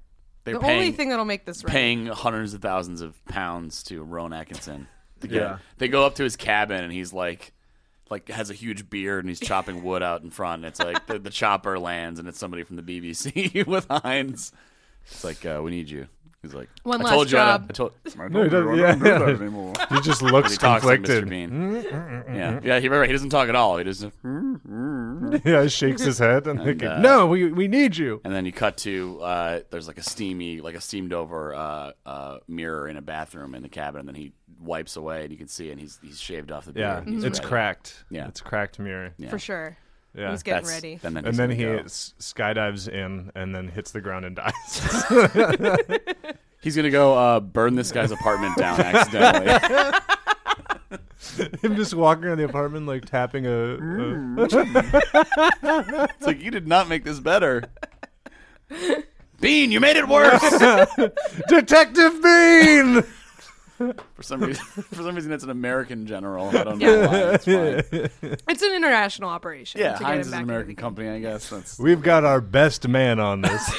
they're The paying, only thing that'll make this right. paying hundreds of thousands of pounds to Roan Atkinson. To get, Yeah. they go up to his cabin and he's like, like has a huge beard and he's chopping wood out in front. And it's like the, the chopper lands and it's somebody from the BBC <laughs> with Heinz. It's like uh, we need you. He's like, One I last told you I, job. don't- I told. No, he doesn't, yeah, yeah. anymore. <laughs> He just looks He talks like conflicted. Mr. Bean. yeah, yeah. He remember he doesn't talk at all. He just, and <laughs> yeah, he shakes his head and, thinking, uh, "No, we we need you." then you cut to uh, there's like a steamy, like a steamed over uh, uh, mirror in a bathroom in the cabin, and then he wipes away, and you can see, and he's he's shaved off the beard. Yeah. and he's It's ready. cracked. Yeah. It's cracked mirror. Yeah. For sure. Yeah. He's getting That's- ready. And then, and then he he's, s- skydives in and then hits the ground and <laughs> dies. he's gonna go uh, burn this guy's apartment <laughs> down accidentally. Him just walking around the apartment like tapping a, a Mm. it's like you did not make this better. Bean, you made it worse. Detective Bean. for some reason, <laughs> for some reason, it's an American general. I don't know why. It's fine. <laughs> It's an international operation. Yeah, to get him Heinz is back an into the American game. company, I guess. That's We've got our best man on this.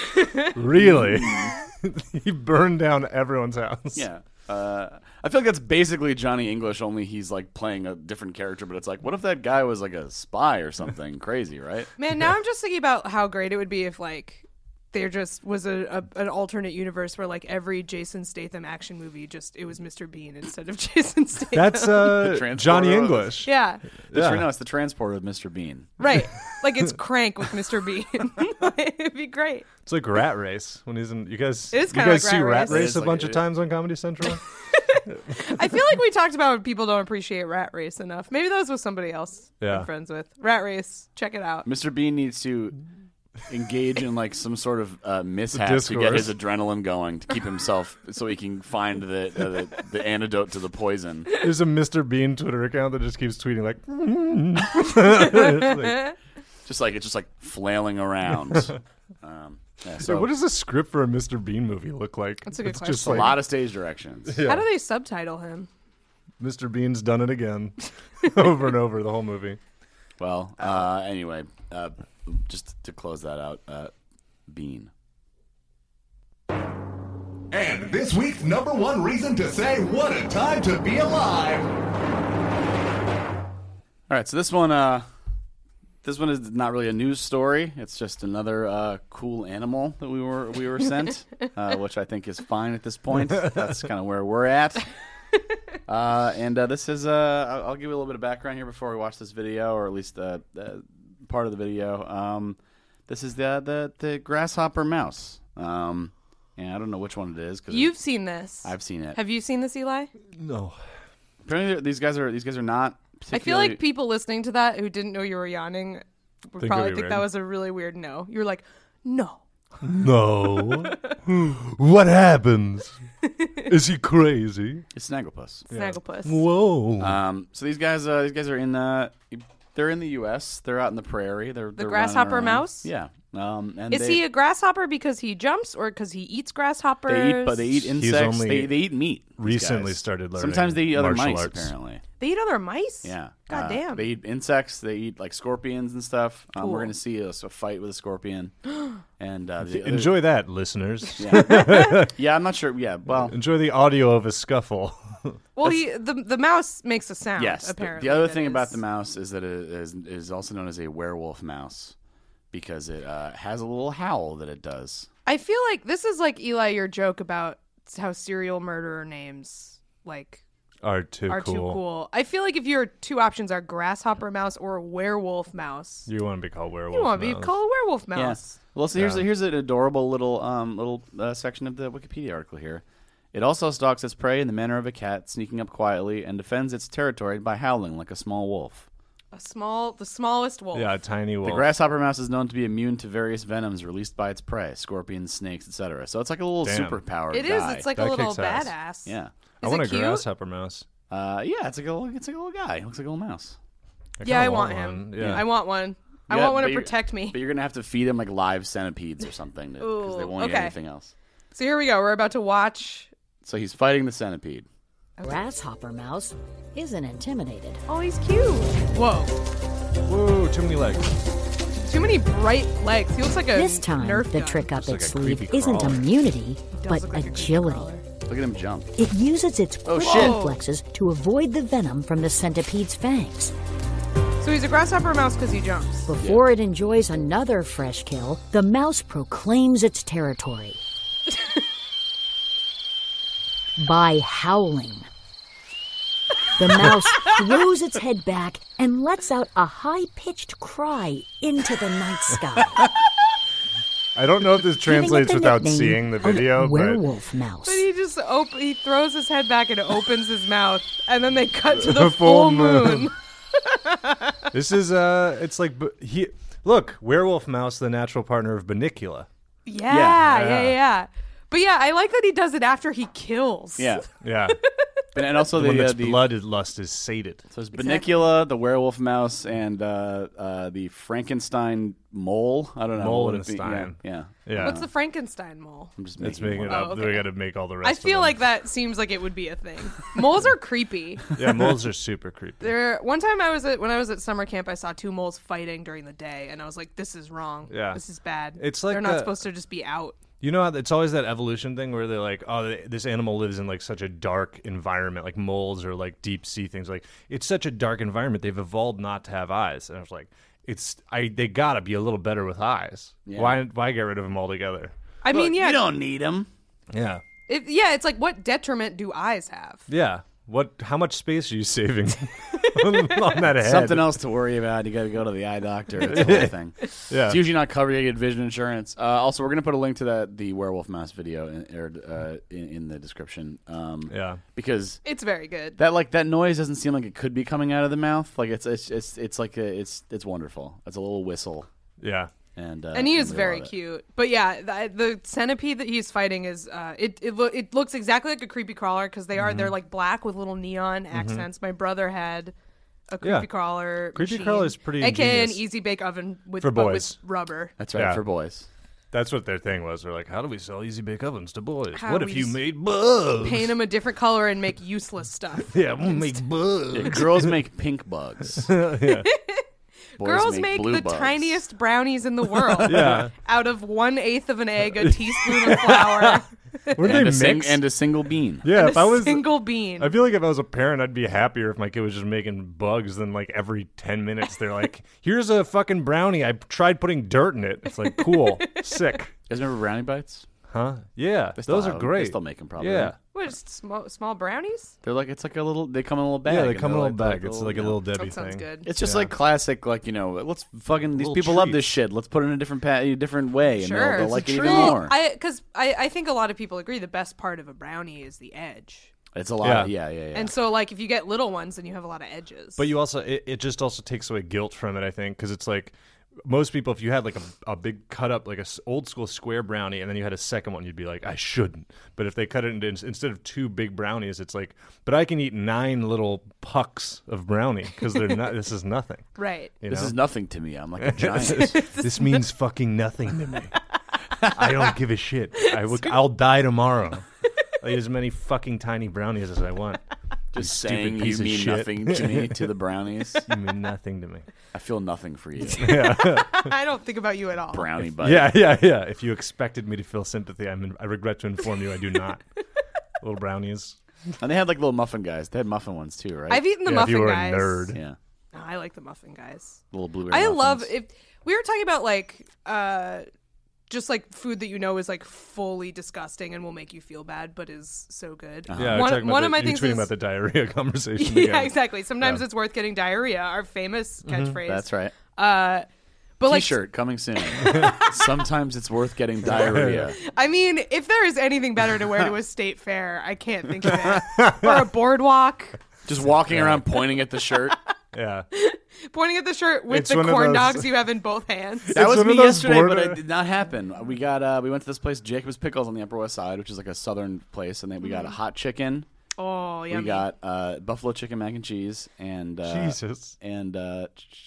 really? Mm. <laughs> he burned down everyone's house. yeah. Uh, I feel like that's basically Johnny English, only he's like playing a different character. But it's like, what if that guy was like a spy or <laughs> something crazy, right? <laughs> Man, now I'm just thinking about how great it would be if like there just was a, a an alternate universe where like every Jason Statham action movie just it was Mr. Bean instead of <laughs> Jason Statham. That's <laughs> uh, transporter Johnny was- English. yeah. The Yeah. tra- no, it's the transporter of Mr. Bean. <laughs> Right. Like it's crank with Mr. Bean. <laughs> It'd be great. It's like Rat Race when he's in. You guys, It is you kinda guys like see Rat Rat Race. Race, It's a like bunch a- of times on <laughs> Comedy Central. I feel like we talked about people don't appreciate Rat Race enough. Maybe that was with somebody else Yeah. I'm friends with. Rat Race, check it out. Mr. Bean needs to engage in like some sort of uh, mishap to get discourse. his adrenaline going to keep himself so he can find the uh, the, the antidote to the poison. There's a Mr. Bean Twitter account that just keeps tweeting like, <laughs> Just like it's just like flailing <laughs> around. Um, yeah, so so what does the script for a Mr. Bean movie look like? That's a good it's Just a question. like, lot of stage directions. How do they subtitle him? Mr. Bean's done <laughs> it again, <laughs> over and over the whole movie. Well, uh, anyway, uh, just to close that out, uh, Bean. And this week's number one reason to say what a time to be alive. All right, so this one, uh, this one is not really a news story. It's just another uh, cool animal that we were we were sent, uh, which I think is fine at this point. That's kind of where we're at. Uh, and uh, this is, uh, I'll- I'll give you a little bit of background here before we watch this video, or at least uh, uh, part of the video. Um, this is the the, the grasshopper mouse. Um, and I don't know which one it is because You've seen this. I've seen it. Have you seen this, Eli? No. Apparently, they're- these guys are these guys are not. I feel like particularly- people listening to that who didn't know you were yawning would Think probably it'd be think that weird. was a really weird no. You were like, no. No. <laughs> what happens? Is he crazy? it's Snagglepuss. Snagglepuss. Whoa. Um, so these guys, uh, these guys are in the, they're in the U.S. They're out in the prairie. They're the grasshopper mouse? Yeah. Um, and Is they, he a grasshopper because he jumps or because he eats grasshoppers? They eat, but they eat insects. only they, they eat meat. these recently guys. started learning Sometimes they eat other martial mice. arts. Apparently. They eat other mice? Yeah. God Uh, damn. They eat insects. They eat like scorpions and stuff. Um, We're Cool. gonna see a, a fight with a <gasps> scorpion. and uh, the other- Enjoy that, listeners. <laughs> Yeah, I'm not sure. Yeah. Well. Enjoy the audio of a scuffle. well, he the, the mouse makes a sound, Yes. the- apparently. The, other that thing about is- the mouse is that it is, is also known as a werewolf mouse because it uh, has a little howl that it does. I feel like this is like Eli, your joke about how serial murderer names like Are too are cool. too cool. I feel like if your two options are grasshopper mouse or werewolf mouse, You want to be called werewolf. you want to be mouse. called a werewolf mouse. Uh, Well, so here's here's an adorable little um, little uh, section of the Wikipedia article here. It also stalks its prey in the manner of a cat, sneaking up quietly and defends its territory by howling like a small wolf. A small, the smallest wolf. Yeah, a tiny wolf. The grasshopper mouse is known to be immune to various venoms released by its prey, scorpions, snakes, etc. So it's like a little Damn. superpower. it is. guy. It's like a That little kicks ass. badass. yeah, I Is want it a cute? grasshopper mouse. uh, yeah. It's like a little, it's like a little guy. It looks like a little mouse. Yeah, kinda I want, want him. one, yeah. I want one. I Yeah, want one but to you're- protect me. But you're gonna have to feed him like live centipedes or something because they Ooh, won't eat okay. anything else. So here we go. We're about to watch. So he's fighting the centipede. Grasshopper Mouse isn't intimidated. Oh, he's cute. Whoa. Whoa, too many legs. Too many bright legs. He looks like a This time, Nerf the gun. trick up like its a sleeve creepy isn't crawler. immunity, Does but look like a creepy agility. crawler. Oh, Look at him <laughs> jump. It uses its quick shit. reflexes to avoid the venom from the centipede's fangs. So he's a grasshopper mouse because he jumps. Before it enjoys another fresh kill, the mouse proclaims its <laughs> territory by howling. The mouse throws its head back and lets out a high pitched cry into the night sky. I don't know <laughs> if this giving <laughs> it translates the without nickname seeing the Oh, of video, but werewolf mouse. But he just op- he throws his head back and opens his mouth, and then they cut to the, The full, full moon. moon. this is uh, it's like b- he. Look, werewolf mouse, the natural partner of Banicula. yeah, yeah, Yeah. yeah, But yeah, I like that he does it after he kills. Yeah, <laughs> Yeah, and, and also when the, uh, its the blood is lust is sated. So it's Banicula, the werewolf mouse, and uh, uh, the Frankenstein mole. I don't know. what would it be? Molenstein. Yeah. yeah. Yeah, What's the Frankenstein mole? I'm just it's making making it one. up. Oh, okay. We got to make all the rest. I feel of like that seems like it would be a thing. Moles are creepy. that. Yeah, moles <laughs> are super creepy. There, one time I was at when I was at summer camp, I saw two moles fighting during the day, and I was like, "This is wrong. Yeah. this is bad. It's like they're not the- supposed to just be out." You know, how it's always that evolution thing where they're like, oh, th- this animal lives in like such a dark environment, like moles or like deep sea things. Like it's such a dark environment; they've evolved not to have eyes. And I was like, it's I they gotta be a little better with eyes. Why why get rid of them altogether? I mean, yeah, You don't need them. Yeah, If, yeah, it's like what detriment do eyes have? yeah. What? How much space are <laughs> you saving on that head? Something else to worry about. You got to go to the eye doctor. It's a <laughs> whole thing. Yeah. It's usually not covered. You get vision insurance. Uh, also, we're gonna put a link to that the werewolf mouse video in, aired, uh, in, in the description. Um, Yeah. Because It's very good. that like that noise doesn't seem like it could be coming out of the mouth. Like it's it's it's, it's like a, it's it's wonderful. It's a little whistle. Yeah. and uh, and he is we very love it. cute. But yeah, the, the centipede that he's fighting is uh, it it, lo- it looks exactly like a creepy crawler because they are Mm-hmm. they're like black with little neon accents. My brother had a creepy Yeah. crawler. Creepy machine, crawler is pretty AKA an ingenious. easy bake oven with For but with boys. rubber. That's right Yeah. for <laughs> boys. That's what their thing was. They're like, how do we sell easy bake ovens to boys? How what do if we you s- made bugs? <laughs> Paint him a different color and make useless stuff. yeah, we'll make bugs. Yeah, girls make pink <laughs> bugs. <laughs> Boys Girls make, blue the bugs. tiniest brownies <laughs> in the world. Yeah. Out of one eighth of an egg, <laughs> a teaspoon of flour, Were they and a, sing- mixed? and a single bean. yeah, if I a was, single bean. I feel like if I was a parent, I'd be happier if my kid was just making bugs. Then, like every ten minutes, <laughs> they're like, "Here's a fucking brownie. I tried putting dirt in it. It's <laughs> like cool, sick, You guys remember brownie bites? huh? Yeah, They still those have are 'em. great. They still make them probably. yeah, right? What, just small, small brownies? They're like it's like a little. They come in a little bag. yeah, they and come in a they're little like bag. It's little, like a you know, little Debbie That sounds thing. good. It's just like classic, like you know, let's fucking these Little people love treat. this shit. Let's put it in a different pa- a different way, and Sure. they'll, they'll It's like it a even Well, more. I because I, I think a lot of people agree the best part of a brownie is the edge. it's a lot. Yeah. Yeah, yeah, yeah. And so like if you get little ones then you have a lot of edges. But you also, it, it just also takes away guilt from it, I think, because it's like most people, if you had like a, a big cut up, like a s- old school square brownie, and then you had a second one, you'd be like, I shouldn't. But if they cut it into, instead of two big brownies, it's like, but I can eat nine little pucks of brownie because they're not, this is nothing. <laughs> right. You this know? is nothing to me. I'm like <laughs> a giant. this, means fucking nothing to me. I don't give a shit. I will, I'll die tomorrow. I'll eat as many fucking tiny brownies as I want. Just stupid saying you piece of mean shit. nothing to me to <laughs> the brownies. You mean nothing to me. I feel nothing for <laughs> you, <laughs> I don't think about you at all. brownie bite. Yeah, yeah, yeah. If you expected me to feel sympathy, I'm, I regret to inform you I <laughs> do not. Little brownies. And they had like little muffin guys. They had muffin ones too, right? I've eaten the Yeah, if muffin you were guys. a nerd. yeah, No, I like the muffin guys. little blueberry. I love muffins. if we were talking about like uh just like food that you know is like fully disgusting and will make you feel bad but is so good. Uh-huh. Yeah, one, talking about one the- of my you're things tweeting is <laughs> about the diarrhea <laughs> conversation. Yeah, again. exactly. Sometimes it's worth getting diarrhea, our famous catchphrase. Mm-hmm. That's right. Uh but like T-shirt coming <laughs> soon. Sometimes it's worth getting diarrhea. I mean, if there is anything better to wear to <laughs> a state fair, I can't think of it. or a boardwalk, Just walking around pointing at the <laughs> shirt. Yeah. pointing at the shirt with It's the one of corn those- dogs you have in both hands. That It's was one of me those yesterday, but border- it did not happen. We got uh, we went to this place, Jacob's Pickles, on the Upper West Side, which is like a southern place, and then we got Mm. a hot chicken. Oh, yeah. We got uh, buffalo chicken mac and cheese, and uh, Jesus. and uh, ch- ch-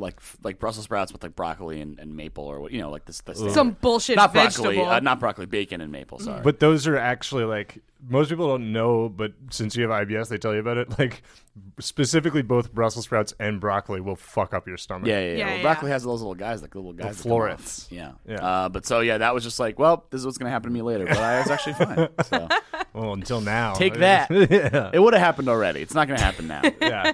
like like Brussels sprouts with like broccoli and, and maple, or what you know, like this. this some bullshit not vegetable. broccoli, uh, not broccoli, bacon and maple. Sorry, But those are actually like most people don't know, but since you have IBS, they tell you about it. Like specifically, both Brussels sprouts and broccoli will fuck up your stomach. Yeah, yeah, yeah. Yeah, well, yeah, broccoli yeah. has those little guys, like little guys. that come florets. off. Yeah. Yeah. Uh, but so yeah, that was just like, well, this is what's gonna happen to me later. But I was actually <laughs> fine. So Well, until now. take that. <laughs> <laughs> yeah. It would have happened already. It's not gonna happen <laughs> now. Yeah.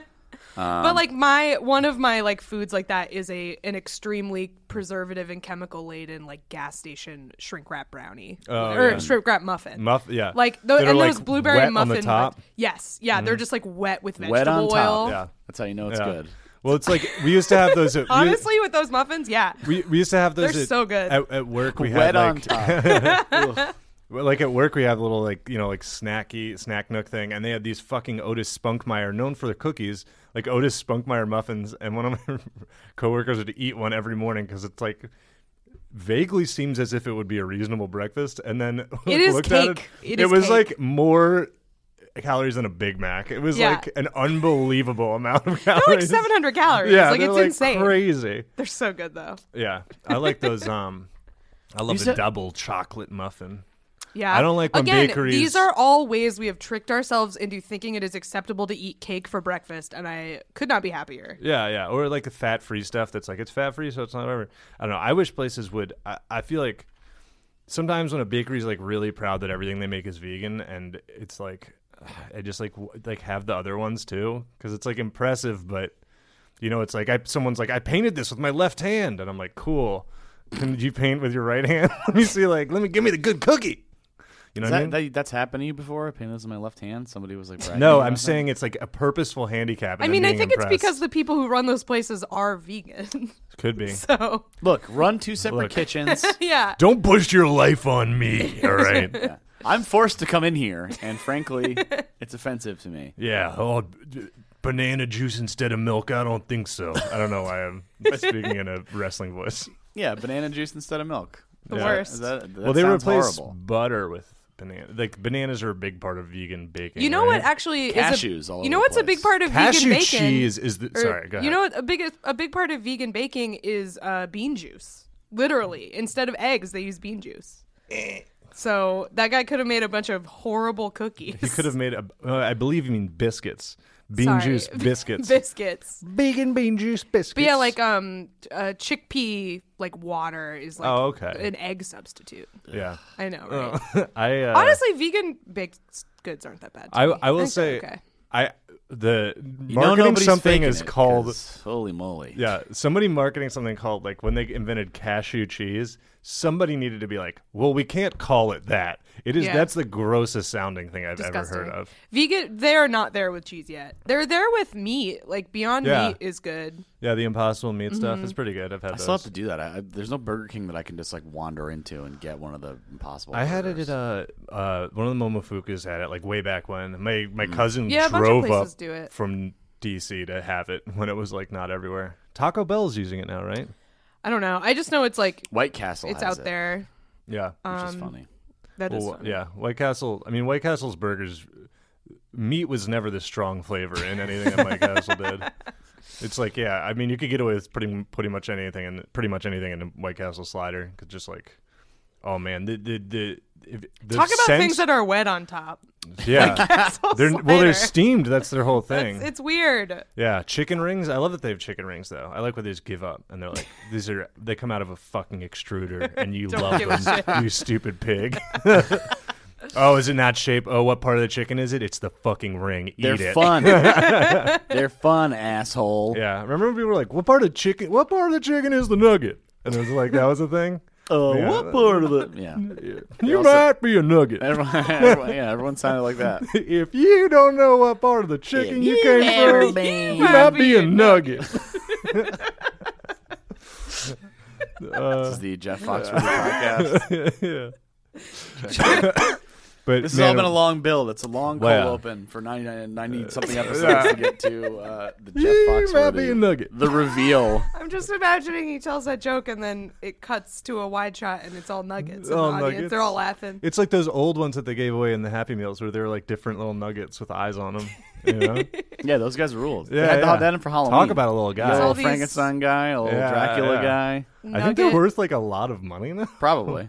but like my one of my like foods like that is a an extremely preservative and chemical laden like gas station shrink wrap brownie or shrink wrap muffin. Muff. Yeah. like tho- Oh, That are, and those like, blueberry wet muffin on the top. Mm. buns. Yes, yeah, they're just like wet with vegetable Wet on oil. top. Yeah. That's how you know it's Yeah. good. Well, it's like we used to <laughs> have those. At, we- Honestly, with those muffins, yeah. We, we used to have those. They're at, so good. At, at work, we Wet had like, on <laughs> top. Well, like <laughs> at work, we have little like you know like snacky snack nook thing, and they had these fucking Otis Spunkmeyer, known for their cookies, like Otis Spunkmeyer muffins. And one of my <laughs> coworkers would eat one every morning because it's like vaguely seems as if it would be a reasonable breakfast. And then <laughs> It is looked at cake. it, It it, is was cake. like more calories than a Big Mac. It was Yeah. like an unbelievable amount of calories. They're like 700 calories. Yeah, like they're, it's insane. Crazy. They're so good though. Yeah, I like those. Um, I love the said- double chocolate muffin. Yeah. I don't like when Again, bakeries- These are all ways we have tricked ourselves into thinking it is acceptable to eat cake for breakfast, and I could not be happier. Yeah, yeah, or like the fat free stuff that's like it's fat free, so it's not whatever. I don't know. I wish places would. I, I feel like sometimes when a bakery's like really proud that everything they make is vegan, and it's like <sighs> I just like w- like have the other ones too because it's like impressive, but you know, it's like I someone's like I painted this with my left hand, and I'm like cool. Did you paint with your right hand? <laughs> let me see. Like, let me give me the good cookie. You know Is what I that, mean? that, that's happened to you before? I painted this in my left hand. Somebody <laughs> was like, bragging no, about I'm that? saying it's like a purposeful handicap. and I I'm mean, I being think it's impressed. because the people who run those places are vegan. <laughs> could <laughs> be. so Look, run two separate Look. <laughs> kitchens. yeah. Don't push your life on <laughs> me. All right. Yeah. I'm forced to come in here, and <laughs> frankly, it's offensive to me. Yeah, oh, d- <laughs> banana juice instead of milk. I don't think so. I don't know why I'm speaking in a wrestling voice. Yeah, banana juice instead of milk. The Yeah. worst. Is that, that well, they sounds replace horrible. butter with banana. Like bananas are a big part of vegan baking. You know what right? actually is Cashews a, all You over know the what's a place. big part of Cashew vegan bacon? cheese is the. or- sorry, go ahead. You know what a big a big part of vegan baking is uh, bean juice. Literally, instead of eggs, they use bean juice. so that guy could have made a bunch of horrible cookies. you could have made. A, uh, I believe you mean biscuits, bean Sorry. <laughs> juice biscuits. biscuits. vegan bean juice biscuits. But yeah, like um, uh, chickpea like water is like Oh, okay. Oh. an egg substitute. yeah. <laughs> I know, right? I uh, Honestly, vegan baked s- goods aren't that bad. to I me. I will think say they're okay. I the You know marketing nobody's something faking is it, called 'cause holy moly. yeah somebody marketing something called like when they invented cashew cheese somebody needed to be like well we can't call it that it is Yeah. that's the grossest sounding thing I've Disgusting. ever heard of Vegan, they're not there with cheese yet. They're there with meat. Like Beyond Yeah. Meat is good. yeah the impossible meat Mm-hmm. stuff is pretty good I've had I those. still have to do that. I, I, there's no Burger King that I can just like wander into and get one of the impossible. I had it burgers. at uh, uh one of the momofukas had it like way back when my my Mm. cousin Yeah, a bunch of drove up places do it. from DC to have it <laughs> when it was like not everywhere Taco Bell's using it now right I don't know. I just know it's like White Castle. it's has out it, there. yeah Um, which is funny. That is Well, fun. <laughs> yeah, White Castle. I mean, White Castle's burgers, meat was never the strong flavor in anything that White Castle did. <laughs> It's like, yeah, I mean, you could get away with pretty pretty much anything and pretty much anything in a White Castle slider. Cause just like, oh man, the the the. If, the Talk about scent- things that are wet on top. <laughs> yeah, Castle they're well, slider. they're steamed. That's their whole thing. It's, it's weird. yeah, chicken rings. I love that they have chicken rings though. I like when they just give up and they're like, these are they come out of a fucking extruder and you Don't love give a them, you stupid pig. <laughs> oh, is it not shape? Oh, what part of the chicken is it? It's the fucking ring. Eat They're it. fun. They're fun, asshole. <laughs> Yeah, remember when people were like, what part of chicken? What part of the chicken is the nugget? And it was like that was a thing. <laughs> Uh, Yeah. What part of the? Yeah. you also- might be a nugget. <laughs> Everyone, <laughs> everyone, yeah, everyone sounded like that. If you don't know what part of the chicken you came from, man. You might be a Happy nugget. Uh, This is the Jeff Foxworthy podcast. <laughs> yeah. <laughs> but This has man, all been a long bill. That's a long cold Wow. open for 90, 90 <laughs> something episodes to get to uh, the Jeff Uh, You might be a Foxworthy. nugget. The reveal. I'm just imagining he tells that joke and then it cuts to a wide shot and it's all nuggets. in All the audience. nuggets. They're all laughing. It's like those old ones that they gave away in the Happy Meals, where they were like different little nuggets with eyes on them. You know? <laughs> Yeah, those guys ruled. Yeah, they had yeah. that in for Halloween. Talk about a little You got a guy. all little these- Frankenstein guy, a little Yeah, Dracula yeah. guy. I think they're Nugget. worth like a lot of money now. Probably.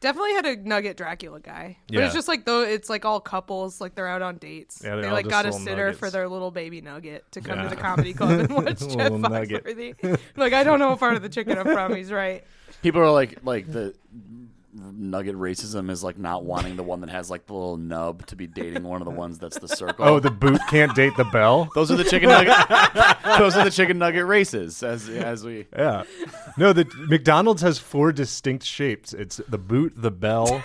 Definitely had a Nugget Dracula guy. But Yeah. it's just like though it's like all couples, like they're out on dates. Yeah, they're they all like just got a little sitter for nuggets. their little baby nugget to come Yeah. to the comedy club <laughs> and watch Jeff Little nugget. Foxworthy. like I don't know what part of the chicken I'm from. He's right. <laughs> <laughs> People are like, like the nugget racism is like not wanting the one that has like the little nub to be dating one of the ones that's <laughs> the circle. Oh, the boot can't date the bell. those are the chicken nugget. <laughs> those are the chicken nugget races. As as we Yeah. No, the McDonald's has four distinct shapes. It's the boot, the bell.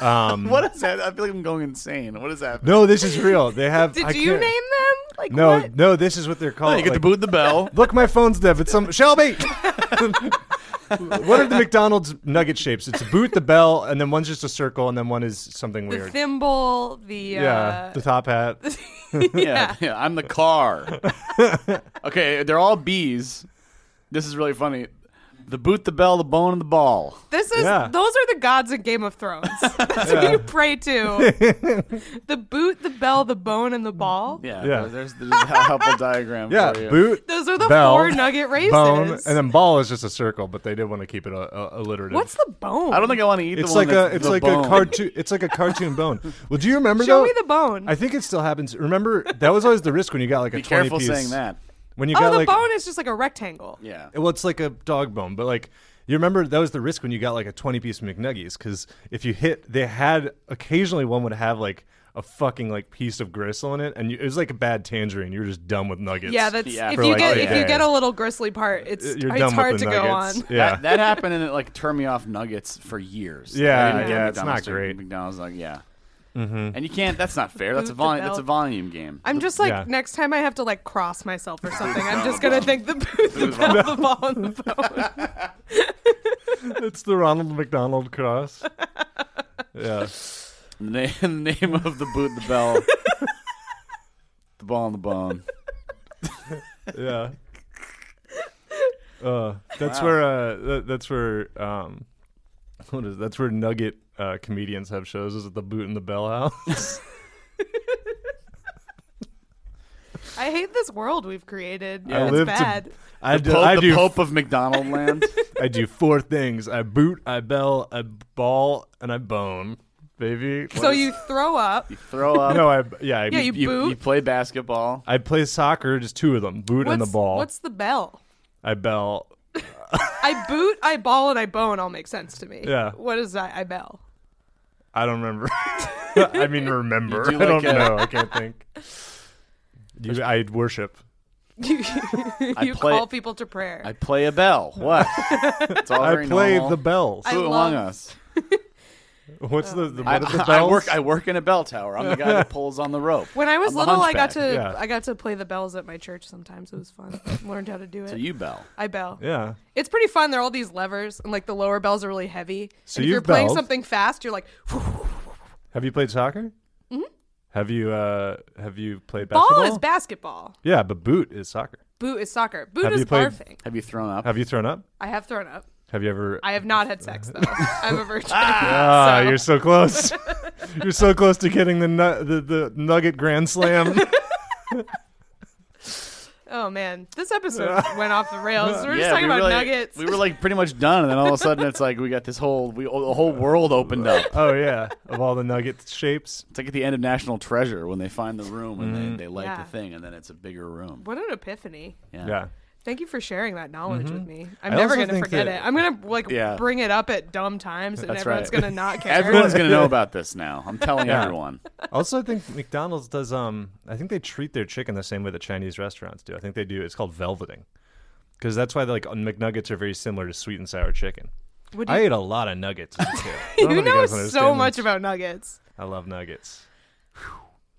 Um, what is that? <laughs> I feel like I'm going insane. What is that? No, this is real. They have. Did I you can't- name them? Like No, what? no. This is what they're called. you get like- the boot, the bell. Look, my phone's dead. It's some Shelby. what are the McDonald's nugget shapes? It's a boot, the bell, and then one's just a circle, and then one is something The weird. thimble, the uh, yeah, <laughs> the top hat. <laughs> yeah, yeah. <laughs> I'm the <laughs> car. okay, they're all bees. This is really funny. The boot, the bell, the bone, and the ball. This is Yeah. those are the gods in Game of <laughs> Thrones. That's what you pray to. the boot, the bell, the bone, and the ball. Mm, Yeah, Yeah. There's, there's a <laughs> helpful diagram. Yeah, for you. boot. Those are the bell, four nugget races. Bone, and then ball is just a circle, but they did want to keep it uh, uh, alliterative. What's the bone? I don't think I want to eat. It's the one like a that's it's the like bone. a cartoon it's like a <laughs> cartoon bone. Well, do you remember Show though? me the bone. I think it still happens. Remember that was always the risk when you got like a Be twenty careful piece. saying that. When you oh, got the like bone is just like a rectangle. Yeah. Well, it's like a dog bone, but like you remember that was the risk when you got like a twenty piece McNuggies because if you hit, they had occasionally one would have like a fucking like piece of gristle in it, and you, it was like a bad tangerine. You were just done with nuggets. Yeah, that's Yeah. if For you like get a if you day. get a little gristly part, it's you're it's done hard with to the go nuggets. on. Yeah, That, that happened and it like turned me off nuggets for years. Yeah, I didn't get yeah, it's McDonald's not to- great. Mm-hmm. McDonald's like yeah, and you can't. That's not fair. That's a Boot the volume. That's a belt. volume game. I'm just like Yeah. next time I have to like cross myself or something. I'm just gonna think the boot, the bell, the ball, and the <laughs> bone. <laughs> it's the Ronald McDonald cross. yeah, In the, na- <laughs> in the name of the boot, the <laughs> bell, the ball, and the bone. yeah. Uh, that's where uh, that, that's where um, what is that's where Nugget uh, comedians have shows is at the Boot and the Bell House. I hate this world we've created. I it's live to- bad. <laughs> <laughs> I The do, Pope, I the do Pope of McDonald Land. <laughs> I do four things: I boot, I bell, I ball, and I bone, baby. So you throw up. Throw up. no, I yeah, I, Yeah, you you, boot. you play basketball. <laughs> I play soccer, just two of them: boot what's, and the ball. what's the bell? I bell. I boot, I ball, and I bone all make sense to me. Yeah. What is that? I bell. I <laughs> don't remember. I mean, remember? You do I don't like a- know. I can't think. You, I worship. You, <laughs> play- you call people to prayer. I play a bell. <laughs> What? it's all I very play normal. the bells. I Who among love- us? What's the, the, <laughs> I, <laughs> what are the bells? I work. I work in a bell tower. I'm the guy that pulls on the rope. when I was I'm a little, I got hunchback. to yeah. I got to play the bells at my church. Sometimes it was <laughs> fun. Learned how to do it. So you bell. I bell. yeah. It's pretty fun. There are all these levers, and like the lower bells are really heavy. So and if you're you've playing belled. something fast, you're like Have you played soccer? Mm-hmm. Have you uh have you played ball basketball? is basketball, yeah, but boot is soccer. boot is soccer, boot Have is you played- barfing. Have you thrown up? Have you thrown up? I have thrown up. Have you ever I have not had sex <laughs> though. I'm a virgin. <laughs> Ah, so- you're so close. you're so close to getting the nu- the, the nugget <laughs> grand slam. Oh man, this episode went off the rails. We're just talking we were about like- nuggets. We were like pretty much done, and then all of a sudden it's like we got this whole we, the whole world opened up. oh yeah, of all the nugget shapes. It's like at the end of National Treasure when they find the room and Mm-hmm. they, they light Yeah. the thing, and then it's a bigger room. what an epiphany! Yeah. Yeah. Thank you for sharing that knowledge with me. I'm Mm-hmm. I never also gonna think forget that- it. I'm gonna like Yeah. bring it up at dumb times, and That's everyone's right. gonna <laughs> not care. Everyone's gonna know about this now. I'm telling Yeah. everyone. Also, I think McDonald's does. Um, I think they treat their chicken the same way that Chinese restaurants do. I think they do. It's called velveting, because that's why like McNuggets are very similar to sweet and sour chicken. Would I you- ate a lot of nuggets. as <laughs> a kid. I don't you if know guys so understand much this. about nuggets. I love nuggets.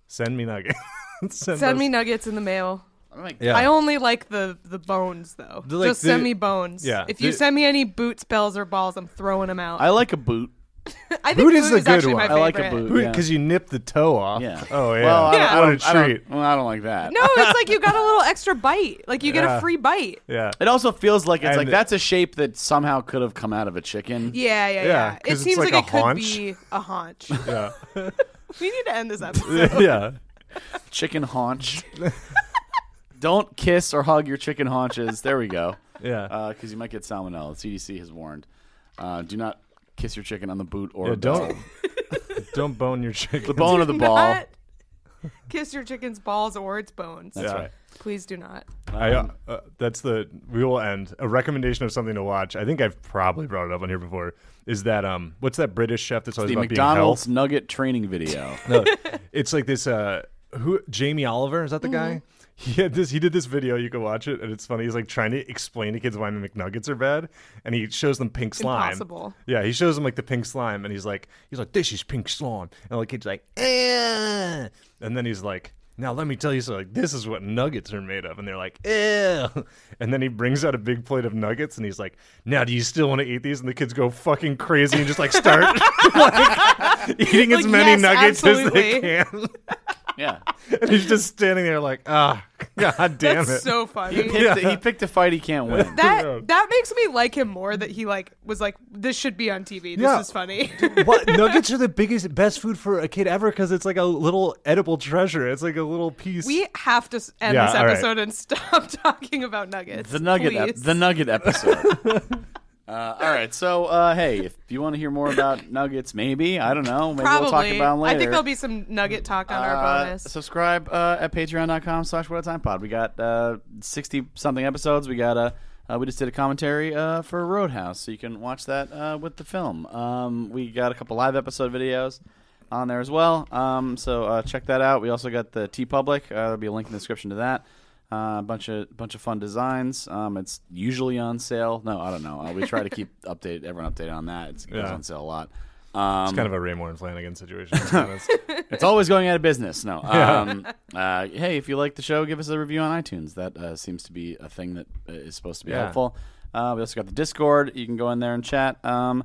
Send me nuggets. <laughs> send, Send us- me nuggets in the mail. I'm like, Yeah. I only like the the bones though. The, like, Just send the- me bones. yeah, If you the- send me any boots, bells, or balls, I'm throwing them out. I like a boot. I think boot is the good actually one. my I favorite. like a boot. yeah. because you nip the toe off. Yeah. Oh yeah. Well, I don't, I Yeah. what don't, a treat. I don't, well, I don't like that. No, it's like <laughs> you got a little extra bite. Like you get Yeah. a free bite. Yeah. It also feels like it's And- like that's a shape that somehow could have come out of a chicken. Yeah, yeah, yeah. Yeah, It 'cause it's seems like like, a it could haunch. be a haunch. <laughs> Yeah. <laughs> we need to end <laughs> this <laughs> episode. yeah. Chicken <laughs> haunch. don't kiss or hug your chicken haunches. There we go. Yeah. Because you might get salmonella. The CDC has warned. Uh, do not kiss your chicken on the boot or Yeah, a bell. don't. Don't bone your chicken. the bone <laughs> of the ball. Not kiss your chicken's balls or its bones. That's Yeah. right. Um, Please do not. I, uh, uh, that's the we will end a recommendation of something to watch. I think I've probably brought it up on here before. Is that um what's that British chef that's always The about McDonald's nugget training video. <laughs> being health? No, it's like this uh who Jamie Oliver is that the guy? He had this. He did this video. You can watch it, and it's funny. He's like trying to explain to kids why McNuggets are bad, and he shows them pink slime. Impossible. Yeah, he shows them like the pink slime, and he's like, he's like, this is pink slime, and like kid's like, eh, and then he's like, now let me tell you something. Like, this is what nuggets are made of, and they're like, ew, and then he brings out a big plate of nuggets, and he's like, now do you still want to eat these? And the kids go fucking crazy and just like start like, eating as Like, yes, many nuggets as absolutely. they can. <laughs> yeah. and he's just standing there like, ah, <laughs> god <laughs> damn That's it. so He funny. picked, a, he picked a fight he <laughs> can't win. That that makes me like him more that he like was like this should be on TV. This Yeah. is funny. <laughs> <laughs> what nuggets are the biggest best food for a kid ever because it's like a little edible treasure it's like a little piece we have to s- end Yeah, this all right. episode and <laughs> stop talking about nuggets. The nugget, ep- please. the nugget episode. <laughs> uh, all right, so uh, hey, if you want to hear more about nuggets, maybe I don't know, maybe Probably. we'll talk about them later. I think there'll be some nugget talk on Uh, our bonus. Subscribe uh, at patreon.com slash what a time pod. We got uh, 60 something episodes. We got uh, uh, we just did a commentary uh, for Roadhouse, so you can watch that uh, with the film. Um, we got a couple live episode videos on there as well. Um, so uh, check that out. We also got the T Public. Uh, there'll be a link in the description to that. Uh, a bunch of bunch of fun designs. Um, it's usually on sale. No, I don't know. Uh, we try to <laughs> keep update everyone updated on that. It's, it goes Yeah. on sale a lot. Um, It's kind of a Raymore and Flanagan situation. <laughs> to be honest. it's always going out of business. No. Um, uh, hey, if you like the show, give us a review on iTunes. That uh, seems to be a thing that uh, is supposed to be Yeah. helpful. Uh, we also got the Discord. You can go in there and chat. Um,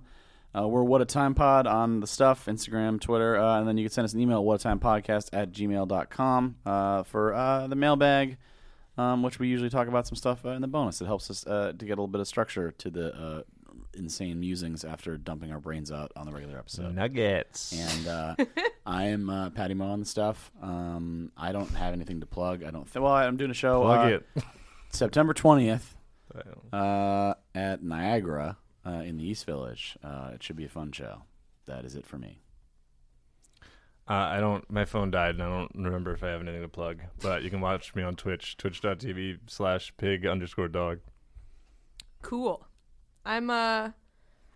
uh, we're What a Time Pod on the stuff, Instagram, Twitter, uh, and then you can send us an email, whatatimepodcast at gmail.com uh, for uh, the mailbag um, which we usually talk about some stuff uh, in the bonus. It helps us uh, to get a little bit of structure to the uh, insane musings after dumping our brains out on the regular episode. Nuggets. And uh, I am uh, Patty Mo on the stuff. Um, I don't have anything to plug. I don't. Th- well, I'm doing a show. Plug uh, it. September 20th uh, at Niagara uh, in the East Village. Uh, it should be a fun show. That is it for me. Uh, I don't. My phone died, and I don't remember if I have anything to plug. But you can watch me on Twitch, twitch.tv slash pig underscore dog. Cool. I'm uh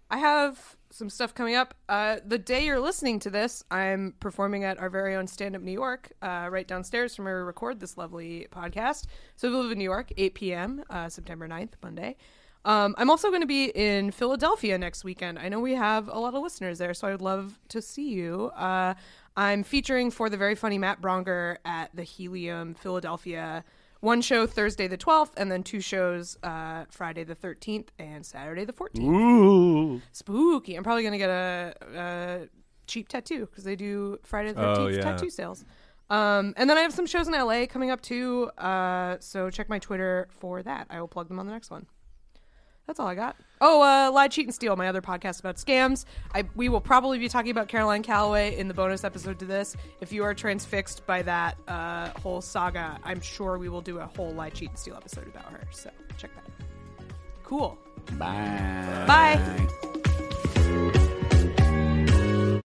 I have some stuff coming up. Uh the day you're listening to this, I'm performing at our very own stand up New York, uh right downstairs from where we record this lovely podcast. So if you live in New York, eight PM, uh September 9th, Monday. Um, I'm also going to be in Philadelphia next weekend. I know we have a lot of listeners there, so I would love to see you. Uh, I'm featuring for the very funny Matt Bronger at the Helium Philadelphia one show Thursday the 12th, and then two shows uh, Friday the 13th and Saturday the 14th. Spooky. I'm probably going to get a, a cheap tattoo because they do Friday the 13th Oh, yeah. tattoo sales. Um, and then I have some shows in LA coming up too. Uh, so check my Twitter for that. I will plug them on the next one. That's all I got. Oh, uh, Lie, Cheat, and Steal, my other podcast about scams. I, we will probably be talking about Caroline Calloway in the bonus episode to this. If you are transfixed by that uh, whole saga, I'm sure we will do a whole Lie, Cheat, and Steal episode about her. So check that out. Cool. Bye. Bye.